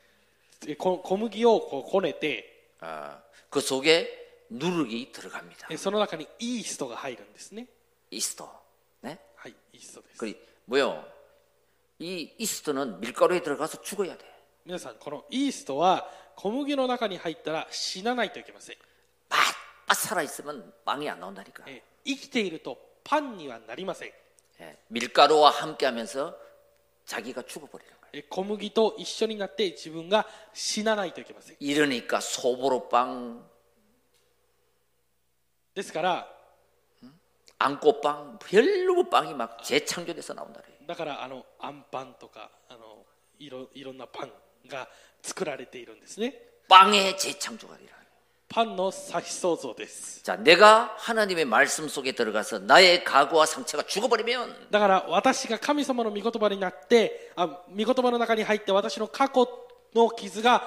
Speaker 2: つこ小麦をこうこねて
Speaker 1: 아, 그 속에 누룩이 들어갑니다.
Speaker 2: えーその中にイーストが入るんですね
Speaker 1: 이스터. 네?
Speaker 2: はいイーストです
Speaker 1: 그 뭐요? 이 이스터는 밀가루에 들어가서 죽어야 돼.
Speaker 2: 皆さんこのイーストは小麦の中に入ったら死なないといけません、
Speaker 1: 빠 살아 있으면 빵이 안 나온다니까.
Speaker 2: えー生きているとパンにはなりません
Speaker 1: 예, 밀가루와 함께하면서 자기가 죽어버리는 거예요.
Speaker 2: えー小麦と一緒になって自分が死なないといけません
Speaker 1: 이러니까 소보로 빵,
Speaker 2: ですから
Speaker 1: 안고빵, 별로 빵이 막 재창조돼서 나온다 그래요.
Speaker 2: だからあのアンパンとかあのいろいろんなパンが作られているんですね
Speaker 1: 빵의 재창조가 되라.
Speaker 2: パンの再創造です
Speaker 1: 자, 내가 하나님의 말씀 속에 들어가서 나의 각오와 상처가 죽어버리면
Speaker 2: だから私が神様の御言葉になってあ御言葉の中に入って私の過去の傷が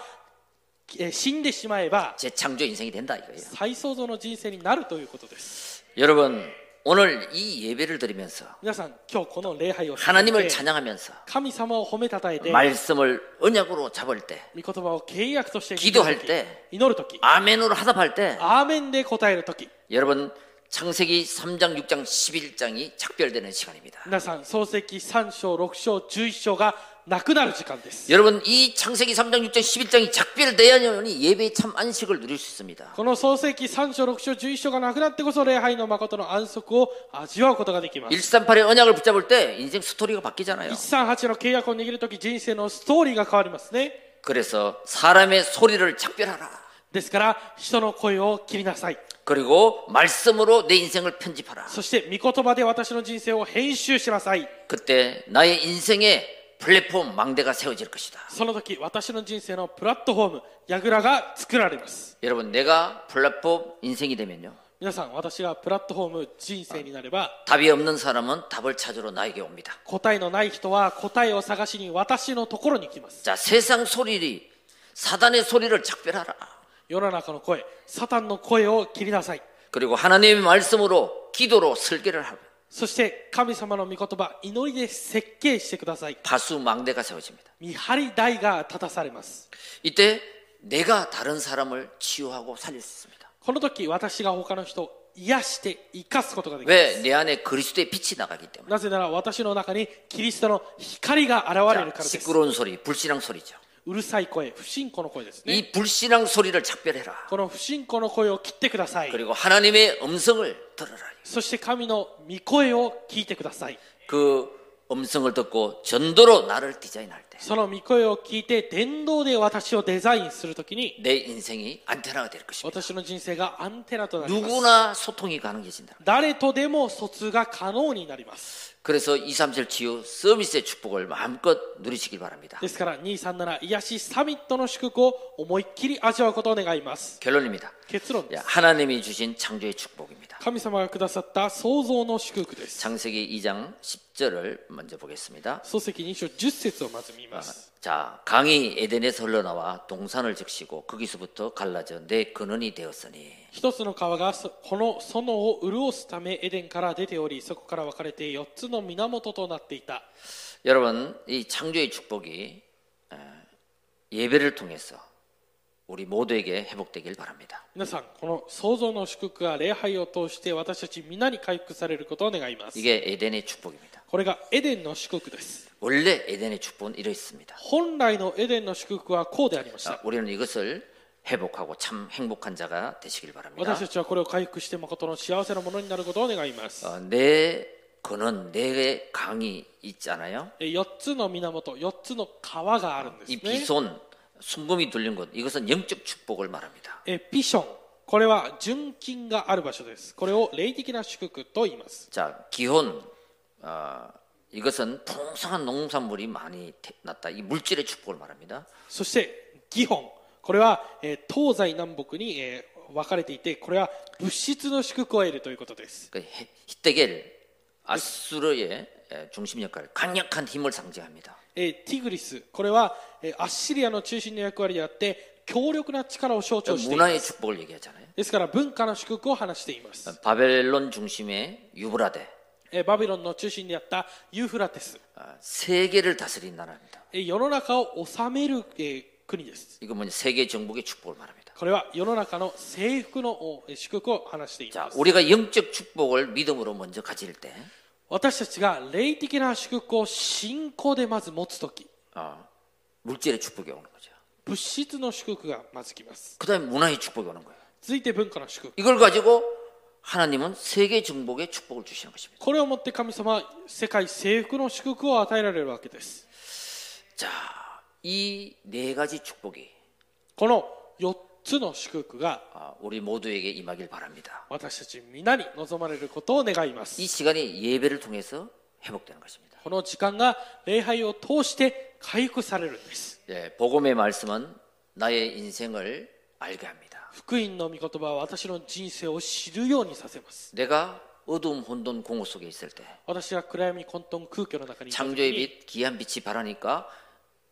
Speaker 2: えー死んでしまえば
Speaker 1: 제 창조 인생이 된다 이거예요.
Speaker 2: 再創造の人生になるということです
Speaker 1: 여러분, 오늘 이 예배를 드리면서
Speaker 2: 皆さん今日この礼拝を通じ
Speaker 1: 하나님을
Speaker 2: て
Speaker 1: 찬양하면서
Speaker 2: 神様を褒めたたえて
Speaker 1: 말씀을 언약으로 잡을 때
Speaker 2: 御言葉を契約として
Speaker 1: 기도할
Speaker 2: 祈る時
Speaker 1: 때
Speaker 2: 祈る時
Speaker 1: 아멘으로 화답할 때
Speaker 2: アーメンで答える時
Speaker 1: 여러분 창세기 3장 6장 11장이 작별되는 시간입니다.
Speaker 2: 皆さん漱石3章6章11章がなくなる時間です
Speaker 1: 여러분 이 창세기 3장 6장 11장이 작별되야만이 예배의 참 안식을 누릴 수 있습니다.
Speaker 2: この漱石3章6章11章がなくなってこそ礼拝の誠の安息を味わうことができます
Speaker 1: 138의 언약을 붙잡을 때 인생 스토리가 바뀌잖아요.
Speaker 2: 138の契約を握るとき人生のストーリーが変わりますね
Speaker 1: 그래서 사람의 소리를 작별하라.
Speaker 2: ですから人の声を切りなさい
Speaker 1: 그리고 말씀으로 내 인생을 편집하라.
Speaker 2: そして御言葉で私の人生を編集しなさい
Speaker 1: 그때 나의 인생의 플랫폼 망대가 세워질 것이다.
Speaker 2: その時私の人生のプラットフォーム櫓が作られます
Speaker 1: 여러분 내가 플랫폼 인생이 되면요.
Speaker 2: 皆さん私がプラットフォーム人生になれば
Speaker 1: 답이 없는 사람은 답을 찾으러 나에게 옵니다.
Speaker 2: 答えのない人は答えを探しに私のところに来ます
Speaker 1: 자, 세상 소리리 사단의 소리를 작별하라.
Speaker 2: 世の中の声サタンの声を切りなさい
Speaker 1: 그리고 하나님의 말씀으로 기도로 설계를 하라.
Speaker 2: そして神様の御言葉祈りで設計してください
Speaker 1: 파수 망대가 세워집니다.
Speaker 2: 見張り台が立たされます
Speaker 1: 이때 내가 다른 사람을 치유하고 살릴 수 있습니다.
Speaker 2: この時私が他の人を癒して生かすことができま
Speaker 1: 왜
Speaker 2: す
Speaker 1: 내 안에 그리스도의 빛이 나가기 때문에.
Speaker 2: なぜなら私の中にキリストの光が現れる
Speaker 1: 자,
Speaker 2: からです
Speaker 1: 시끄러운 소리, 불신앙 소리죠.
Speaker 2: うるさい声不信仰の声ですね
Speaker 1: 이 불신앙 소리를 작별해라.
Speaker 2: この不信仰の声を切ってください
Speaker 1: 그리고 하나님의 음성을 들어라.
Speaker 2: そして神の御声を聞いてください
Speaker 1: 그 음성을 듣고 전도로 나를 디자인할 때 내
Speaker 2: その御声を聞いて伝道で私をデザインするときに
Speaker 1: 인생이 안테나가 될 것입니다.
Speaker 2: 私の人生がアンテナとなります
Speaker 1: 누구나 소통이 가능해진다.
Speaker 2: 誰とでも疎通が可能になります
Speaker 1: 그래서 237 치유 서비스의 축복을 마음껏 누리시길 바랍니다.
Speaker 2: ですから237癒しサミットの祝福を思いっきり味わうことを願います
Speaker 1: 결론입니다.
Speaker 2: 結論で
Speaker 1: 야,
Speaker 2: す
Speaker 1: 하나님이 주신 창조의 축복입니다.
Speaker 2: 神様がくださった創造の祝福です
Speaker 1: 창세기 2장 10절을 먼저 보겠습니다.
Speaker 2: 漱石2章10節をまず見ます
Speaker 1: 자, 강이 에덴에서 흘러나와 동산을 적시고 거기서부터 갈라져 내 근원이 되었으니
Speaker 2: 一つの川がそこの園を潤すためエデンから出ておりそこから分かれて4つの源となっていた
Speaker 1: 여러분 이 창조의 축복이 어, 예배를 통해서 우리 모두에게 회복되길 바랍니다.
Speaker 2: 皆さんこの創造の祝福が礼拝を通して私たち皆に回復されることを願います
Speaker 1: 이게 에덴의 축복입니다.
Speaker 2: これがエデンの祝福です
Speaker 1: 원래 에덴의 축복은 이렇습니다.
Speaker 2: 本来のエデンの祝福はこうでありました
Speaker 1: 자, 우리는 이것을 회복하고 참 행복한 자가 되시길 바랍니다.
Speaker 2: 私たちはこれを回復して誠の幸せなものになることを願います
Speaker 1: 어, 내 근원, 내 강이 있잖아요.
Speaker 2: 4つの源4つの川があるんです
Speaker 1: 이
Speaker 2: ね
Speaker 1: 비손, 순금이 둘린 곳, 이것은 영적 축복을 말합니다.
Speaker 2: えピションこれは純金がある場所ですこれを霊的な祝福と言います
Speaker 1: 자, 기혼, 어, 이것은 풍성한 농산물이 많이 태- 났다. 이 물질의 축복을 말합니다.
Speaker 2: そしてギホンこれは、えー東西南北に、えー分かれていてこれは物質の祝福を得るということです
Speaker 1: 그 히- 히데겔, 아수르의 에, 중심 역할, 강력한 힘을 상징합니다.
Speaker 2: えーティグリスこれは、えーアッシリアの中心の役割であって強力な力を象徴しています
Speaker 1: 그 문화의 축복을 얘기하잖아요.
Speaker 2: ですから文化の祝福を話しています、
Speaker 1: 바벨론 중심의 유브라데,
Speaker 2: えーバビロンの中心であったユーフラテス、
Speaker 1: 아, 세계를 다스린 나라입니다.
Speaker 2: えー世の中を治める、えー国です
Speaker 1: 이건 뭐냐 세계 정복의 축복을 말합니다.
Speaker 2: これは世の中の征服のおえー祝福を話していま
Speaker 1: 자
Speaker 2: す
Speaker 1: 우리가 영적 축복을 믿음으로 먼저 가질 때
Speaker 2: 私たちが霊的な祝福を信仰でまず持つ時
Speaker 1: 어, 물질의 축복이 오는 거죠.
Speaker 2: 物質の祝福がまずきます
Speaker 1: 그 다음에 문화의 축복이 오는 거예요.
Speaker 2: 続いて文化の祝福
Speaker 1: 이걸 가지고 하나님은 세계 정복의 축복을 주시는 것입니다.
Speaker 2: これをもって神様は世界征服の祝福を与えられるわけです
Speaker 1: 자, 이 네 가지 축복이
Speaker 2: この4つの祝福が
Speaker 1: 아, 우리 모두에게 임하길 바랍니다.
Speaker 2: 私たち皆に望まれることを願います
Speaker 1: 이 시간이 예배를 통해서 회복되는 것입니다.
Speaker 2: この時間が礼拝を通して回復されるんです
Speaker 1: 예, 복음의 말씀은 나의 인생을 알게 합니다.
Speaker 2: 不福音の御言葉は私の人生を知るようにさせます。
Speaker 1: 내가 어두움 혼돈 공허 속에 있을 때
Speaker 2: 私が暗闇混沌空虚の中にいた時
Speaker 1: 창조의
Speaker 2: に
Speaker 1: 빛 귀한 빛이 발하니까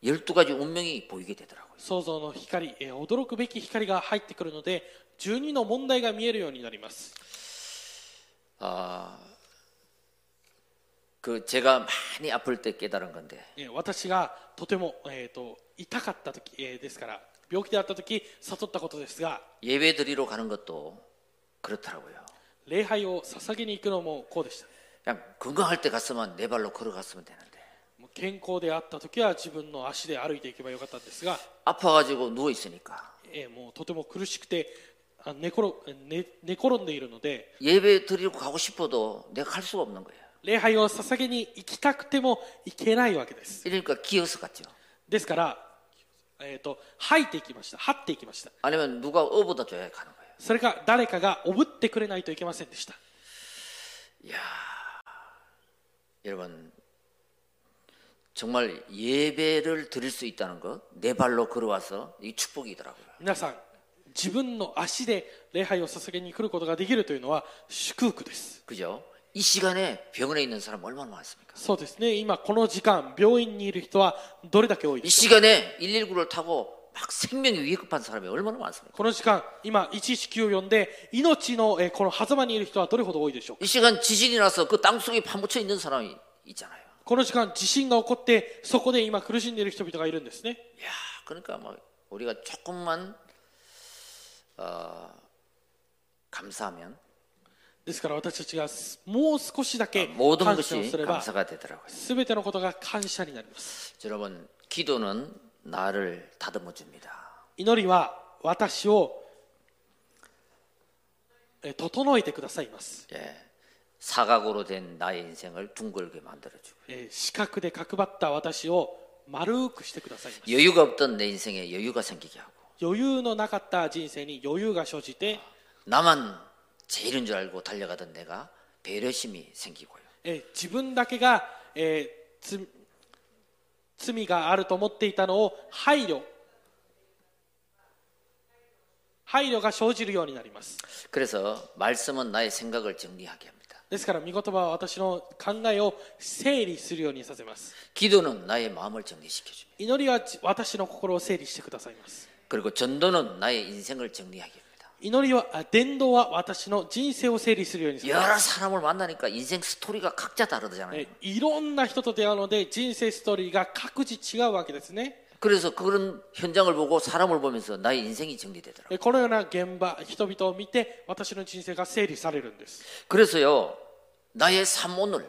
Speaker 1: 12가지 운명이 보이게 되더라고요.
Speaker 2: 創造の光、えー驚くべき光が入ってくるので12の問題が見えるようになります。
Speaker 1: 아, 그 제가 많이 아플 때 깨달은 건데
Speaker 2: えー私がとても、えー、と痛かった時、えーですから病気であった時悟ったことですが
Speaker 1: 예배 드리러 가는 것도 그렇더라고요.
Speaker 2: 礼拝を捧げに行くのもこうでした。
Speaker 1: 그냥 건강할 때 갔으면 내 발로 걸어갔으면 되는데
Speaker 2: もう健康であった時は自分の足で歩いていけばよかったんですが、
Speaker 1: 아파가지고 누워 있으니까
Speaker 2: えーもうとても苦しくてあ寝転寝寝転んでいるので
Speaker 1: 예배 드리러 가고 싶어도 내가 갈 수가 없는 거예요.
Speaker 2: 礼拝を捧げに行きたくても行けないわけです。
Speaker 1: 이러니까 기어서 갔죠.
Speaker 2: ですから、えー、と吐いていきました張っていきました
Speaker 1: 아니면 누가 어보다 줘야 가는 거예요.
Speaker 2: それか誰かがおぶってくれないといけませんでした
Speaker 1: 여러분 정말 예배를 드릴 수 있다는 것 내 발로 걸어와서 이 축복이더라고요.
Speaker 2: 皆さん自分の足で礼拝を捧げに来ることができるというのは祝福です
Speaker 1: 그죠? 이 시간에 병원에 있는 사람 얼마나 많습니까?
Speaker 2: そうですね今この時間病院にいる人はどれだけ多い
Speaker 1: 이
Speaker 2: でしょ
Speaker 1: 시간에 119를 타고 막 생명이 위급한 사람이 얼마나 많습니까?
Speaker 2: うこの時間今119を呼んで命の、えーこの狭間にいる人はどれほど多いでしょう
Speaker 1: 이 시간 지진이 나서 그 땅속에 파묻혀 있는 사람이 있잖아요.
Speaker 2: この時間地震が起こってそこで今苦しんでいる人々がいるんですね
Speaker 1: 야, 그러니까 뭐 우리가 조금만 어, 감사하면
Speaker 2: ですから私たちがもう少しだけ
Speaker 1: 모든
Speaker 2: 感謝を
Speaker 1: 것이
Speaker 2: すれば
Speaker 1: 감사가 되더라고요.
Speaker 2: 全てのことが感謝になります
Speaker 1: 여러분, 기도는 나를 다듬어 줍니다.
Speaker 2: 祈りは私をえー整えてくださいます、
Speaker 1: 예. 사각으로 된 나의 인생을 둥글게 만들어 주고
Speaker 2: えー四角で角張った私を丸くしてくださいます
Speaker 1: 여유가 없던 내 인생에 여유가 생기게 하고
Speaker 2: 余裕のなかった人生に余裕が生じて、
Speaker 1: 나만 제일인 줄 알고 달려가던 내가 배려심이 생기고요.
Speaker 2: えー自分だけが、えーつ罪があると思っていたのを配慮配慮が生じるようになります
Speaker 1: 그래서 말씀은 나의 생각을 정리하게 합니다.
Speaker 2: ですから御言葉は私の考えを整理するようにさせます
Speaker 1: 기도는 나의 마음을 정리시켜 줍니다.
Speaker 2: 祈りはじ私の心を整理してくださいます
Speaker 1: 그리고 전도는 나의 인생을 정리하게 합니다.
Speaker 2: 祈りはあ伝道は私の人生を整理するようにさせます
Speaker 1: 여러 사람을 만나니까 인생 스토리가 각자 다르잖아요.
Speaker 2: えいろんな人と出会うので人生ストーリーが各自違うわけですね
Speaker 1: 그래서 그런 현장을 보고 사람을 보면서 나의 인생이 정리되더라고요.
Speaker 2: えこのような現場人々を見て私の人生が整理されるんです
Speaker 1: 그래서요, 나의 삶 오늘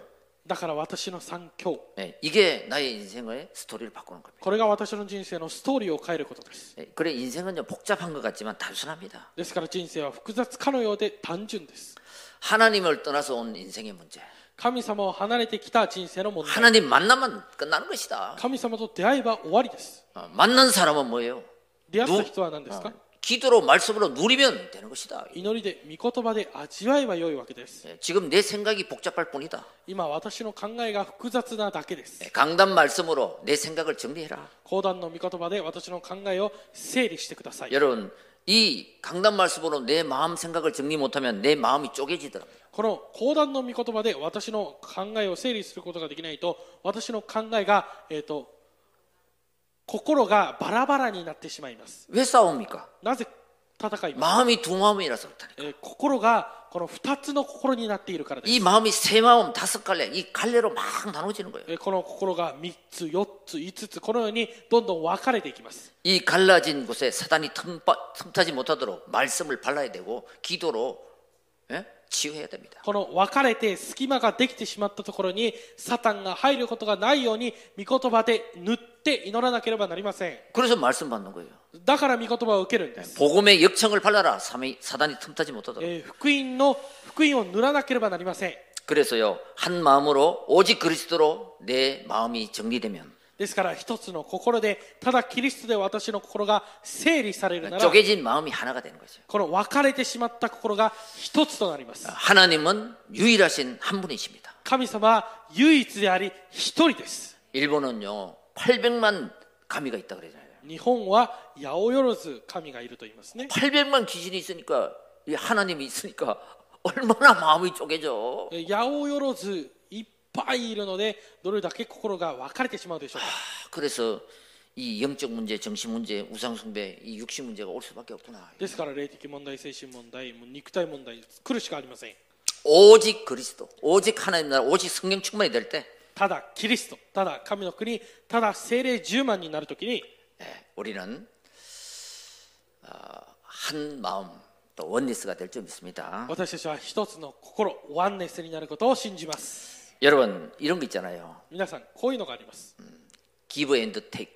Speaker 2: だから私の三教
Speaker 1: 예, 이게 나의 인생의 스토리를 바꾸는 겁니다.
Speaker 2: これが私の人生のストーリーを変えることです
Speaker 1: 예, 그래 인생은요 복잡한 것 같지만 단순합니다.
Speaker 2: ですから人生は複雑かのようで単純です
Speaker 1: 하나님을 떠나서 온 인생의 문제.
Speaker 2: 神様を離れてきた人生の問題
Speaker 1: 하나님 만나면 끝나는 것이다.
Speaker 2: 神様と出会えば終わりです
Speaker 1: 어, 만난 사람은 뭐예요?
Speaker 2: 出会った人は何ですか
Speaker 1: 기도로 말씀으로 누리면 되는 것이다.
Speaker 2: 祈りで御言葉で味わえばよいわけです
Speaker 1: 예, 지금 내 생각이 복잡할 뿐이다.
Speaker 2: 今私の考えが複雑なだけです
Speaker 1: 예, 강단 말씀으로 내 생각을 정리해라.
Speaker 2: 講談の御言葉で私の考えを整理してください
Speaker 1: 여러분 이 강단 말씀으로 내 마음 생각을 정리 못하면 내 마음이 쪼개지더랍니다.
Speaker 2: この講談の御言葉で私の考えを整理することができないと私の考えがえっ、と心がバラバラになってしまいます
Speaker 1: 왜 싸웁니까?
Speaker 2: なぜ戦います、
Speaker 1: 마음이 두 마음이라서 그렇다니까.
Speaker 2: えー心がこの2つの心になっているからです
Speaker 1: 이 마음이 세 마음 다섯 갈래 이 갈래로 막 나눠지는 거예요.
Speaker 2: えーこの心が3つ4つ5つこのようにどんどん分かれていきます
Speaker 1: 이 갈라진 곳에 사단이 틈바, 틈타지 못하도록 말씀을 발라야 되고 기도로 예? 치유해야 됩니다.
Speaker 2: この分かれて隙間ができてしまったところにサタンが入ることがないように御言葉で塗って祈らなければなりません
Speaker 1: 그래서 말씀 받는 거예요.
Speaker 2: だから御言葉を受けるんです、
Speaker 1: 복음의 역청을 발라라. 삼이- 사단이 틈타지 못하도록.
Speaker 2: えー福音の福音を塗らなければなりません
Speaker 1: 그래서요 한 마음으로 오직 그리스도로 내 마음이 정리되면
Speaker 2: ですから一つの心でただキリストで私の心が整理されるなら
Speaker 1: 쪼개진 마음이 하나가 되는 거죠.
Speaker 2: この分かれてしまった心が一つとなります
Speaker 1: 하나님은 유일하신 한 분이십니다.
Speaker 2: 神様は唯一であり一人です
Speaker 1: 일본은요 800만 가미가 있다 그러잖아요.
Speaker 2: 日本は八百万神がいると言いますね
Speaker 1: 800만 귀신이 있으니까 이 하나님이 있으니까 얼마나 마음이 쪼개져.
Speaker 2: え八百万いっぱいいるのでどれだけ心が分かれてしまうでしょうか
Speaker 1: 아, 그래서 이 영적 문제, 정신 문제, 우상 숭배, 이 육신 문제가 올 수밖에 없구나.
Speaker 2: ですから霊的問題精神問題もう肉体問題来るしかありません
Speaker 1: 오직 그리스도, 오직 하나님 나라, 오직 성령 충만이 될 때
Speaker 2: ただキリストただ神の国ただ精霊10万になるときに
Speaker 1: 예, 우리는 아, 한 마음 또 원리스가 될 줄 믿습니다.
Speaker 2: 私たちは一つの心ワンネスになることを信じます
Speaker 1: 여러분 이런 거 있잖아요.
Speaker 2: 皆さんこういうのがあります
Speaker 1: give and take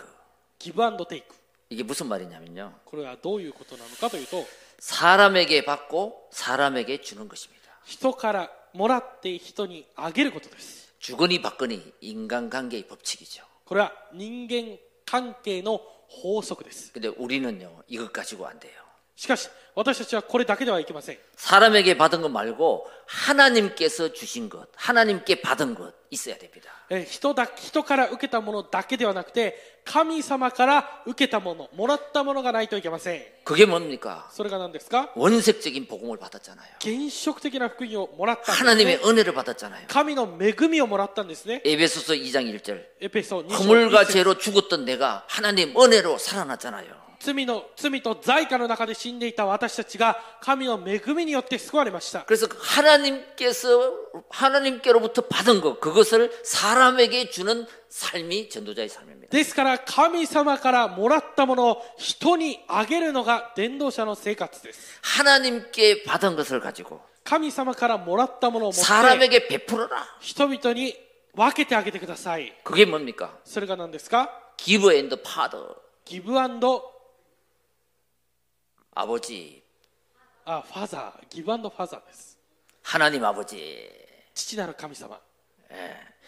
Speaker 2: ギブアンドテイク
Speaker 1: 이게 무슨 말이냐면요.
Speaker 2: これはどういうことなのかというと
Speaker 1: 사람에게 받고 사람에게 주는 것입니다.
Speaker 2: 人からもらって人にあげることです
Speaker 1: 주거니 받거니 인간관계의 법칙이죠.
Speaker 2: これは人間関係の法則です
Speaker 1: 근데 우리는요 이것 가지고 안 돼요.
Speaker 2: しかし私たちはこれだけではいけません
Speaker 1: 사람에게 받은 것 말고 하나님께서 주신 것, 하나님께 받은 것 있어야 됩니다.
Speaker 2: えー人だ人から受けたものだけではなくて神様から受けたものもらったものがないといけません
Speaker 1: 그게 뭡니까?
Speaker 2: それが何ですか
Speaker 1: 원색적인 복음을 받았잖아요.
Speaker 2: 原色的な福音をもらったんです、ね、
Speaker 1: 하나님의 은혜를 받았잖아요.
Speaker 2: 神の恵みをもらったんですね
Speaker 1: 에베소서 2장 1절.
Speaker 2: エペソ2章
Speaker 1: 허물과
Speaker 2: 1節
Speaker 1: 죄로 죽었던 내가 하나님 은혜로 살아났잖아요.
Speaker 2: 罪の罪と罪禍の中で死んでいた私たちが神の恵みによって救われました
Speaker 1: 그래서 하나님께서 하나님께로부터 받은 것 그것을 사람에게 주는 삶이 전도자의 삶입니다.
Speaker 2: ですから神様からもらったものを人にあげるのが伝道者の生活です
Speaker 1: 하나님께 받은 것을 가지고
Speaker 2: 神様からもらったものを持って
Speaker 1: 사람에게 베풀어라.
Speaker 2: 人々に分けてあげてください
Speaker 1: 그게 뭡니까?
Speaker 2: それが何ですか
Speaker 1: 기브 앤드 파더.
Speaker 2: ギブアンド
Speaker 1: 아버지
Speaker 2: あファザーギブアンドファザーです
Speaker 1: 하나님 아버지.
Speaker 2: 父なる神様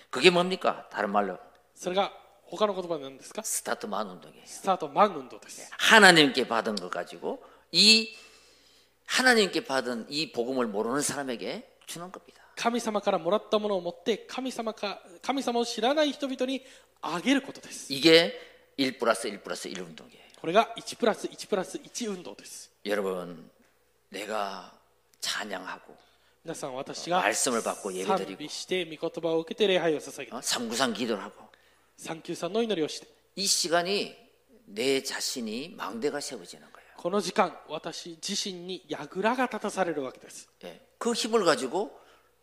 Speaker 1: 그게 뭡니까? 다른 말로
Speaker 2: それが他の言葉で何ですか
Speaker 1: 스타트만 운동이에요.
Speaker 2: スタートマン運動です
Speaker 1: 하나님께 받은 것 가지고 이 하나님께 받은 이 복음을 모르는 사람에게 주는 겁니다.
Speaker 2: 神様からもらったものを持って神様か神様を知らない人々にあげることです
Speaker 1: 이게 1 플러스 1 플러스 1 운동이에요.
Speaker 2: これが1プラス1プラス1運動です
Speaker 1: 여러분, 내가 찬양하고
Speaker 2: 皆さん私が
Speaker 1: 말씀을 받고 예배
Speaker 2: 賛
Speaker 1: 드리고
Speaker 2: 美して御言葉を受けて礼拝を捧げる
Speaker 1: 어? 삼구상 기도를 하고
Speaker 2: 三級さんの祈りをして
Speaker 1: 이 시간이 내 자신이 망대가 세워지는 거예요.
Speaker 2: この時間私自身に櫓が立たされるわけです
Speaker 1: 예. 그 힘을 가지고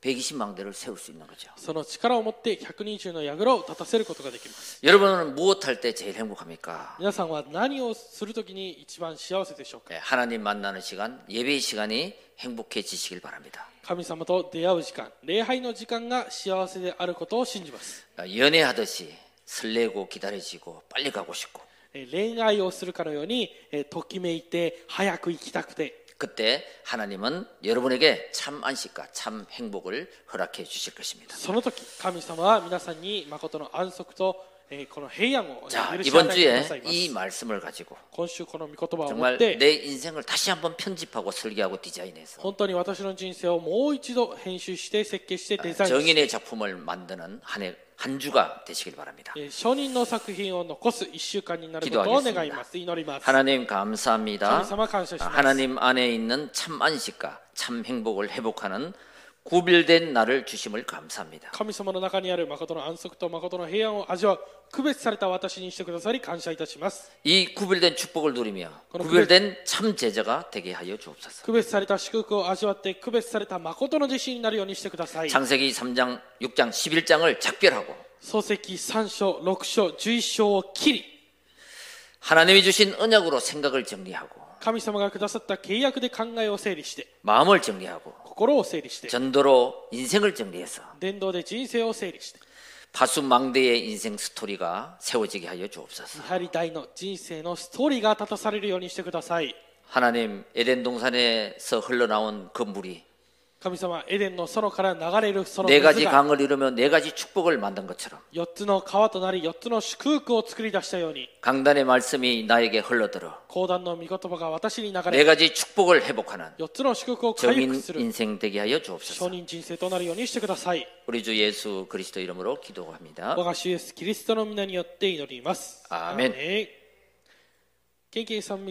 Speaker 1: 120망대를 세울 수 있는 거죠.
Speaker 2: その力を持って120の櫓を立たせることができます
Speaker 1: 여러분은 무엇 할 때 제일 행복합니까?
Speaker 2: 皆さんは何をするときに一番幸せでしょうか
Speaker 1: 예, 하나님 만나는 시간, 예배의 시간이 행복해지시길 바랍니다.
Speaker 2: 神様と出会う時間礼拝の時間が幸せであることを信じます
Speaker 1: 어, 연애하듯이 설레고 기다려지고 빨리 가고 싶고
Speaker 2: えー恋愛をするかのようにえーときめいて早く行きたくて
Speaker 1: 그때 하나님은 여러분에게 참 안식과 참 행복을 허락해 주실 것입니다.
Speaker 2: その時神様は皆さんに誠の安息とえーこの平安を許し
Speaker 1: 자,
Speaker 2: 与えてく
Speaker 1: 이번
Speaker 2: だ
Speaker 1: 주에
Speaker 2: さいます
Speaker 1: 이 말씀을 어, 가지고
Speaker 2: 今週この御言葉を持
Speaker 1: 정말
Speaker 2: って
Speaker 1: 내 인생을 다시 한번 편집하고 설계하고 디자인해서
Speaker 2: 本当に私の人生をもう一度編集して設計してデザインして
Speaker 1: 정인의 작품을 만드는 한 해, 한 주가 되시길 바랍니다.
Speaker 2: えー初任の作品を残す1週間になることを願います祈ります
Speaker 1: 하나님 감사합니다.
Speaker 2: 주님 삼아 감사하십니다.
Speaker 1: 하나님 안에 있는 참 안식과 참 행복을 회복하는 구별된 나를 주심을 감사합니다.
Speaker 2: 神様の中にある誠の安息と誠の平安を味わう区別された私にしてくださり感謝いたします
Speaker 1: 이 구별된 축복을 누리며
Speaker 2: 그럼
Speaker 1: 구별된 참 제자가 되게 하여 주옵소서.
Speaker 2: 区別された祝福を味わって区別された誠の自身になるようにしてください
Speaker 1: 창세기 3장, 6장, 11장을 작별하고
Speaker 2: 漱石3章6章11章を切り
Speaker 1: 하나님이 주신 언약으로 생각을 정리하고
Speaker 2: 神様がくださった契約で考えを整理して
Speaker 1: 마음을 정리하고
Speaker 2: 心を整理して
Speaker 1: 전도로 인생을 정리해서
Speaker 2: 伝道で人生を整理して
Speaker 1: 파수망대의 인생 스토리가 세워지게 하여 주옵소서.
Speaker 2: 見張り台の人生のストーリーが立たされるようにしてください
Speaker 1: 하나님 에덴 동산에서 흘러나온 그 물이
Speaker 2: 神様エデンの園から流れるその
Speaker 1: 네
Speaker 2: 水
Speaker 1: 가지
Speaker 2: が
Speaker 1: 강을 이루며 네 가지 축복을 만든 것처럼
Speaker 2: 4つの川となり4つの祝福を作り出したように
Speaker 1: 강단의 말씀이 나에게 흘러들어
Speaker 2: 講談の御言葉が私に流れ
Speaker 1: 네 가지 축복을 회복하는
Speaker 2: 4つの祝福を回
Speaker 1: 정인
Speaker 2: 復する
Speaker 1: 인생 되게 하여
Speaker 2: 承
Speaker 1: 주옵소서.
Speaker 2: 認人生となるようにしてください
Speaker 1: 우리 주 예수 그리스도 이름으로 기도합니다.
Speaker 2: 我が主イエスキリストの皆によって祈ります
Speaker 1: アーメン
Speaker 2: ーメンケンケイさん